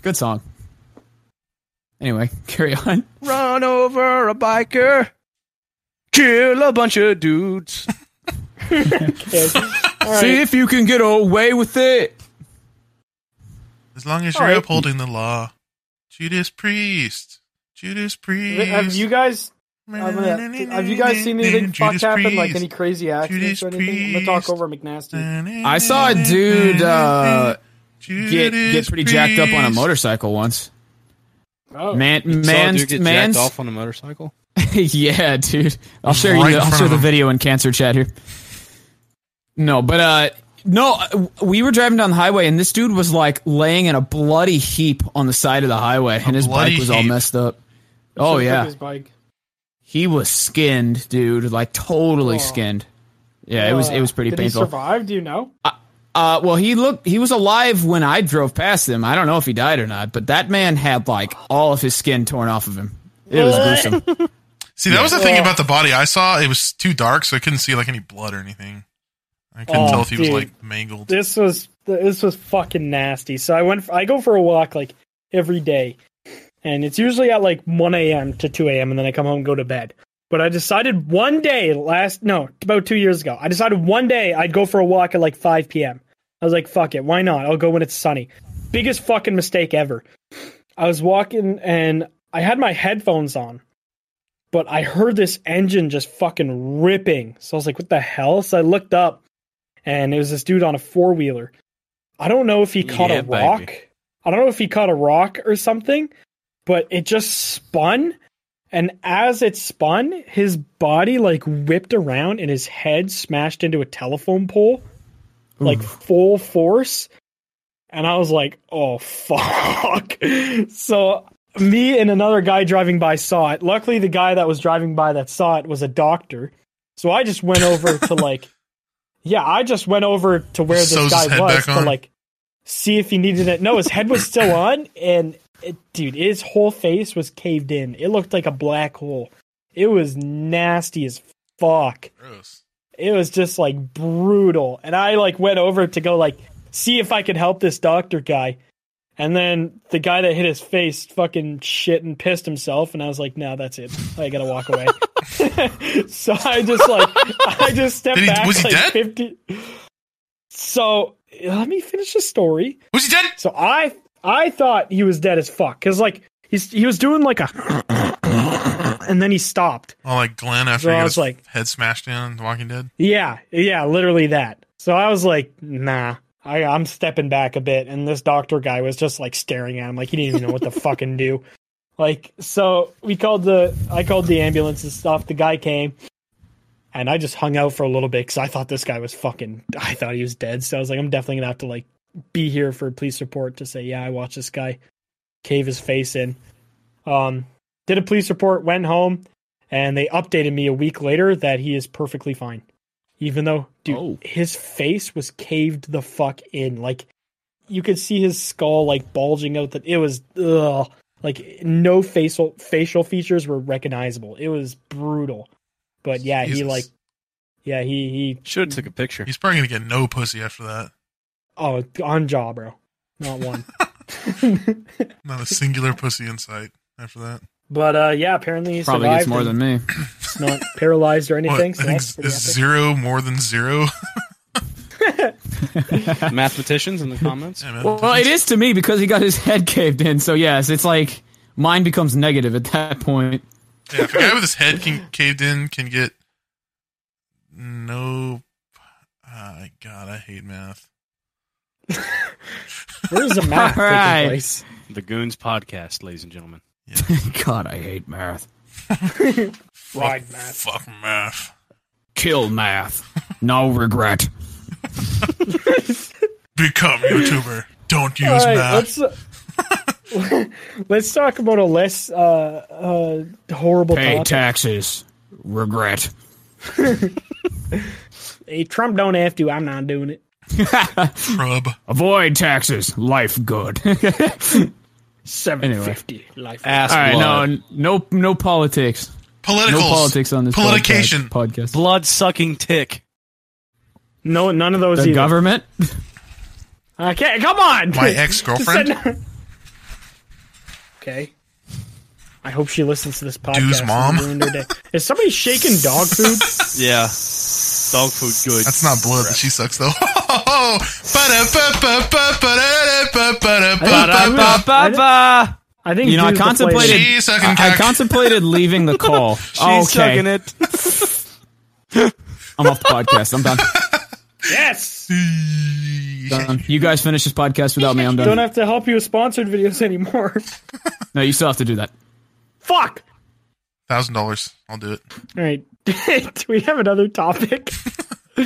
Good song. Anyway, carry on.
Run over a biker, kill a bunch of dudes.
See if you can get away with it.
As long as
All
you're
right.
upholding the law. Judas Priest. Judas Priest.
Have you guys? I'm gonna- have you guys seen anything fuck happen? Like any crazy accidents
Judas
or anything? I'm gonna talk
Priest.
over McNasty.
I saw a dude uh, get get pretty jacked up on a motorcycle once.
Oh,
Man, man,
Saw a dude get
man.
jacked off on a motorcycle.
yeah, dude. I'll share
Right
you.
in
The, I'll
front
share
of
the
him.
video in cancer chat here. No, but uh, no. uh, We were driving down the highway, and this dude was like laying in a bloody heap on the side of the highway, and his
bloody
bike was all
heap.
messed up. Oh
Should've took
yeah,
his bike.
he was skinned, dude. Like totally skinned. Yeah, it was it was pretty
Did
painful.
He survive? Do you know?
Uh, well, he looked, he was alive when I drove past him. I don't know if he died or not, but that man had like all of his skin torn off of him. It was gruesome.
See, that was the thing about the body I saw. It was too dark, so I couldn't see like any blood or anything. I couldn't
Oh,
tell if he was
dude.
like mangled.
this was this was fucking nasty. So I went. I go for a walk like every day, and it's usually at like one a.m. to two a.m. and then I come home and go to bed. But I decided one day last no about two years ago. I decided one day I'd go for a walk at like five p.m. I was like, fuck it, why not? I'll go when it's sunny. Biggest fucking mistake ever. I was walking and I had my headphones on, but I heard this engine just fucking ripping. So I was like, what the hell? So I looked up and it was this dude on a four wheeler. I don't know if he caught
Yeah,
a rock.
baby.
I don't know if he caught a rock or something, but it just spun. And as it spun, his body like whipped around and his head smashed into a telephone pole, like full force. And I was like, oh, fuck. so me and another guy driving by saw it. Luckily, the guy that was driving by that saw it was a doctor. So I just went over to like, yeah, I just went over to where this
Sews his
guy
head
was
back
to
on.
like see if he needed it. No, his head was still on, and it, dude, his whole face was caved in. It looked like a black hole. It was nasty as fuck
Gross.
it was just like brutal and i like went over to go like see if i could help this doctor guy and then the guy that hit his face fucking shit and pissed himself and i was like no that's it i gotta walk away so i just like i just stepped
Did he-
back
was he
like
dead?
50 so let me finish the story
Was he dead?
so I I thought he was dead as fuck because like he's he was doing like a and then he stopped.
Oh, like Glenn after
So
he
I
got
was
his
like-
head smashed in on The Walking Dead.
Yeah, yeah, literally that. So I was like, nah, I, I'm stepping back a bit. And this doctor guy was just like staring at him like he didn't even know what to fucking do. Like so we called the I called the ambulance and stuff. The guy came. And I just hung out for a little bit because I thought this guy was fucking. I thought he was dead, so I was like, I'm definitely gonna have to like be here for police report to say, yeah, I watched this guy cave his face in. Um, did a police report, went home, and they updated me a week later that he is perfectly fine. Even though, dude,
Oh.
his face was caved the fuck in. Like, you could see his skull like bulging out. That it was ugh. Like no facial facial features were recognizable. It was brutal. But yeah, he
Jesus.
like, yeah, he he
Should have took a picture.
He's probably gonna get no pussy after that.
Oh, on jaw, bro. Not one.
Not a singular pussy in sight after that.
but uh, yeah, apparently he
Probably
survived.
gets more
and
than me.
he's not paralyzed or
What, I
anything. so
think
that's
z-
pretty epic.
zero more than zero.
Mathematicians in the comments.
Yeah, man.
Well, it is to me because he got his head caved in. So yes, it's like mine becomes negative at that point.
Yeah, if a guy with his head can, caved in can get no. ah, God, I hate math.
Where's the math taking
Alright.
place?
The Goons podcast, ladies and gentlemen.
God, I hate math.
Ride math.
Fuck math.
Kill math. No regret.
Become YouTuber. Don't use
All right,
math.
let's, uh, let's talk about a less uh, uh, horrible
Pay
topic.
taxes. Regret.
Hey, Trump don't have to. I'm not doing it.
Trub.
Avoid taxes. Life good.
Seven fifty life.
Ass
All right, no,
blood.
n- no, no politics.
Politicals.
No politics on this
Politication.
podcast. podcast.
Blood sucking tick.
no, none of those
The
either.
government.
okay, come on.
My ex girlfriend.
okay. I hope she listens to this podcast.
Dude's
It
mom.
ruined her day. Is somebody shaking dog food?
Yeah. Dog food good.
That's not blood that she sucks though. Ba-da-ba-ba-ba-ba-da-da-ba-ba-da-ba.
Ba-ba-ba.
I think
You know, I
Drew's the flavor.
contemplated.
She's sucking
I, I
cock.
contemplated leaving the call. Oh,
She's
okay,
sucking it.
I'm off the podcast. I'm done.
Yes.
done. You guys finish this podcast without me. I'm done.
Don't have to help you with sponsored videos anymore.
no, you still have to do that.
Fuck.
Thousand dollars. I'll do it.
All right. Do we have another topic?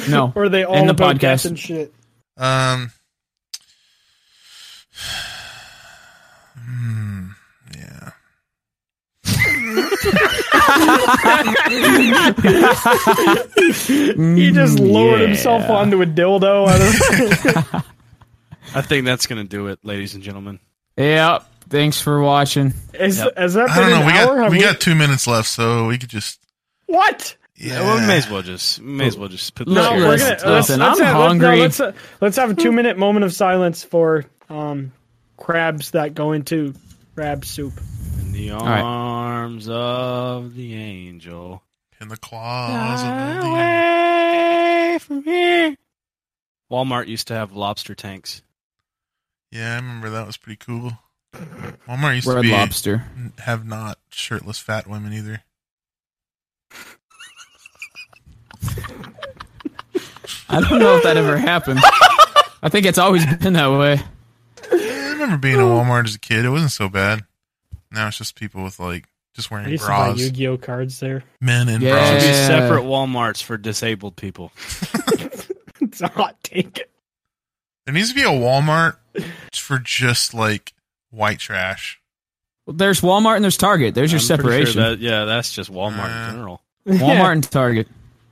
No,
Or are they all
End the
about
podcast.
death and shit?
Um. hmm, Yeah.
He just lowered himself onto a dildo. I don't
I think that's gonna do it, ladies and gentlemen.
Yep. Thanks for watching.
Is, Has that
I
been
don't
an
know. We
hour?
got
Have
we got two minutes left, so we could just.
what?
Yeah.
Yeah. Well, we may as well just we may as well just put
No,
this here.
We're
Listen,
gonna,
listen, I'm
let's, have, let's- no,
hungry.
Let's, uh, let's have a two minute moment of silence for um, crabs that go into crab soup.
In the
right.
arms of the angel.
In the claws. of
Ah,
the-
Away from here. Walmart used to have lobster tanks.
Yeah, I remember that was pretty cool. Walmart used to
Red
be
Lobster.
have not shirtless fat women either.
I don't know if that ever happened. I think it's always been that way.
I remember being at Walmart as a kid. It wasn't so bad. Now it's just people with like just
I
wearing
used to buy
bras.
Yu Gi Oh cards there.
Men in
Yeah.
Be
bras.
separate Walmarts for disabled people.
It's a hot take.
There needs to be a Walmart for just like white trash.
Well, There's Walmart and there's Target. There's your
I'm pretty sure
separation.
that- yeah, that's just Walmart
Uh,
in general.
Walmart and Target.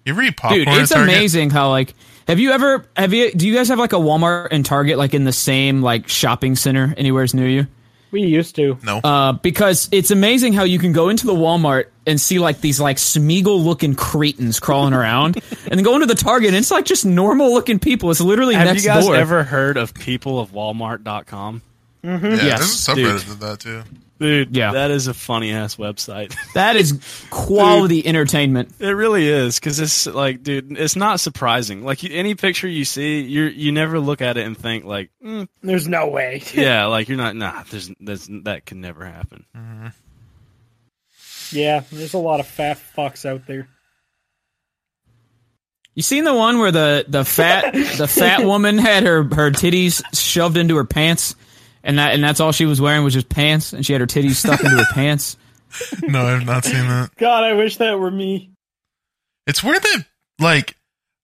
You ever eat popcorn
Dude, it's
at Target?
amazing how like have you ever have you do you guys have like a Walmart and Target like in the same like shopping center anywhere's near you?
We used to.
No.
Uh, because it's amazing how you can go into the Walmart and see like these like Smeagol looking cretins crawling around, and then go into the Target and it's like just normal looking people. It's literally
Have
next
you guys
door.
ever heard of people of Walmart.com?
yeah,
yes,
there's a subreddit of that too.
Dude,
Yeah.
that is a funny ass website.
that is quality entertainment.
It really is because it's like, dude, it's not surprising. Like you, any picture you see, you you never look at it and think like, mm,
There's no way.
yeah, like you're not, nah, there's, there's that could never happen.
Yeah, there's a lot of fat fucks out there.
You seen the one where the the fat the fat woman had her her titties shoved into her pants, and that and that's all she was wearing was just pants, and she had her titties stuck into her pants.
No, I've not seen that.
God, I wish that were me.
It's weird that like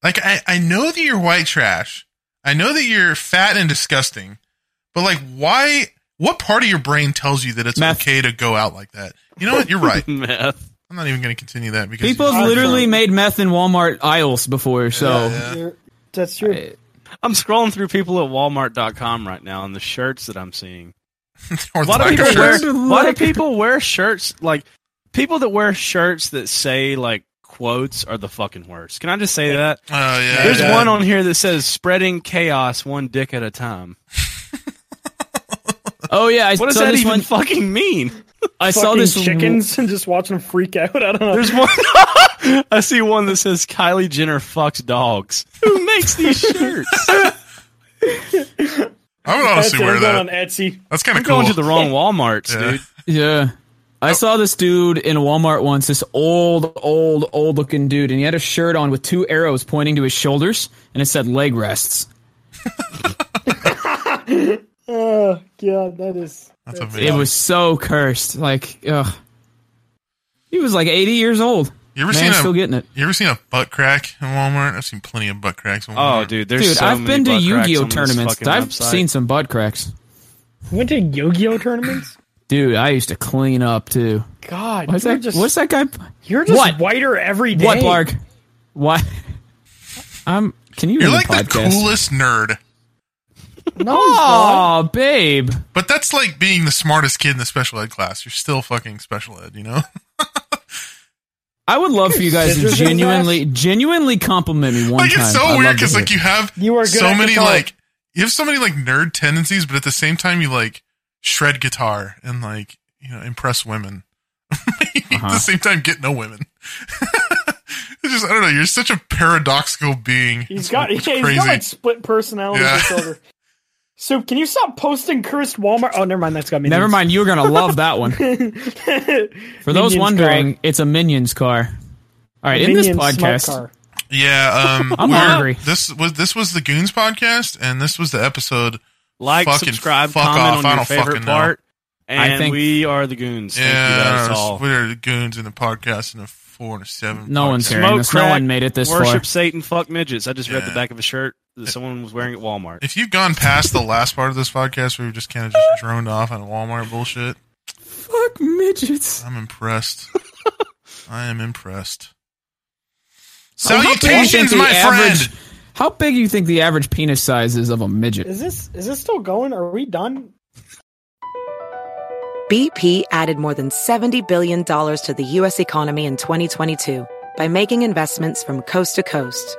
like I, I know that you're white trash. I know that you're fat and disgusting, but like why what part of your brain tells you that it's
Meth.
okay to go out like that? You know what? You're right.
Meth.
I'm not even gonna continue that because
People have literally made meth in Walmart aisles before, so
Yeah.
You're- That's true.
I'm scrolling through people at Walmart.com right now and the shirts that I'm seeing.
or
A lot of
lack
people
of
wear,
shirts.
a lot of people wear shirts like people that wear shirts that say like quotes are the fucking worst. Can I just say that?
Oh yeah.
There's
yeah.
one on here that says spreading chaos one dick at a time.
oh yeah, I
What does
saw
that
this
even
one.
fucking mean?
I saw
Fucking
this
chickens and just watch them freak out. I don't know.
There's one. I see one that says Kylie Jenner fucks dogs. Who makes these shirts? I'm
I would
That's
honestly
it,
wear
I'm going
that.
on Etsy.
That's kind of cool.
going to the wrong WalMarts,
Yeah.
dude.
Yeah. I saw this dude in Walmart once, this old, old, old looking dude, and he had a shirt on with two arrows pointing to his shoulders, and it said leg rests.
Oh, God, that is.
That's amazing.
It was so cursed. Like, ugh. He was like 80 years old.
You ever
Man's
seen a
still getting it.
You ever seen a butt crack in Walmart? I've seen plenty of butt cracks. In Walmart.
Oh, dude, there's
Dude,
so
I've been
many
to
butt cracks
Yu-Gi-Oh
on this
tournaments.
fucking
I've
website.
seen some butt cracks.
You went to Yu-Gi-Oh tournaments.
Dude, I used to clean up too.
God,
What's
you're
that?
just
what's that guy?
you're just
What?
whiter every day.
What, Lark? Why? I'm. Can you?
You're like
read the
the
podcast?
coolest nerd.
No,
Oh, babe.
But that's like being the smartest kid in the special ed class. You're still fucking special ed, you know?
I would love for you guys to
Scissors in his
genuinely, genuinely compliment me one
like
time.
it's so
I'd love
weird
to
because
hear
like you have
You are good
so
at
many
guitar.
like you have so many like nerd tendencies, but at the same time you like shred guitar and like you know impress women. at
Uh-huh.
the same time, get no women. it's just I don't know. You're such a paradoxical being. It's-
He's got,
it's
yeah, he's got like split personality
Yeah.
disorder. So can you stop posting cursed Walmart? Oh, never mind. That's got me.
Never mind, you're gonna love that one. For those
Minions
wondering, it's a minions car. All right, in this podcast,
Yeah, um,
I'm
we're-
hungry.
This was this was the Goons podcast, and this was the episode.
like,
Fucking
subscribe,
fuck
comment
off, I
on your
don't
favorite
fucking know.
part. And
think-
we are the goons. Thank
yeah,
you guys all.
we're the Goons in the podcast and a four and a seven.
no one's
podcast.
hearing this. No one made it this
worship
far.
Satan, fuck midgets. I just read
Yeah.
the back of a shirt that someone was wearing at Walmart.
If you've gone past the last part of this podcast, where we just kind of just droned off on Walmart bullshit,
Fuck midgets.
I'm impressed. I am impressed.
How big do you think
Salutations,
the
my
average-
friend.
How big do you think the average penis size is of a midget?
Is this is this still going? Are we done?
BP added more than $70 billion to the U.S. economy in 2022 by making investments from coast to coast.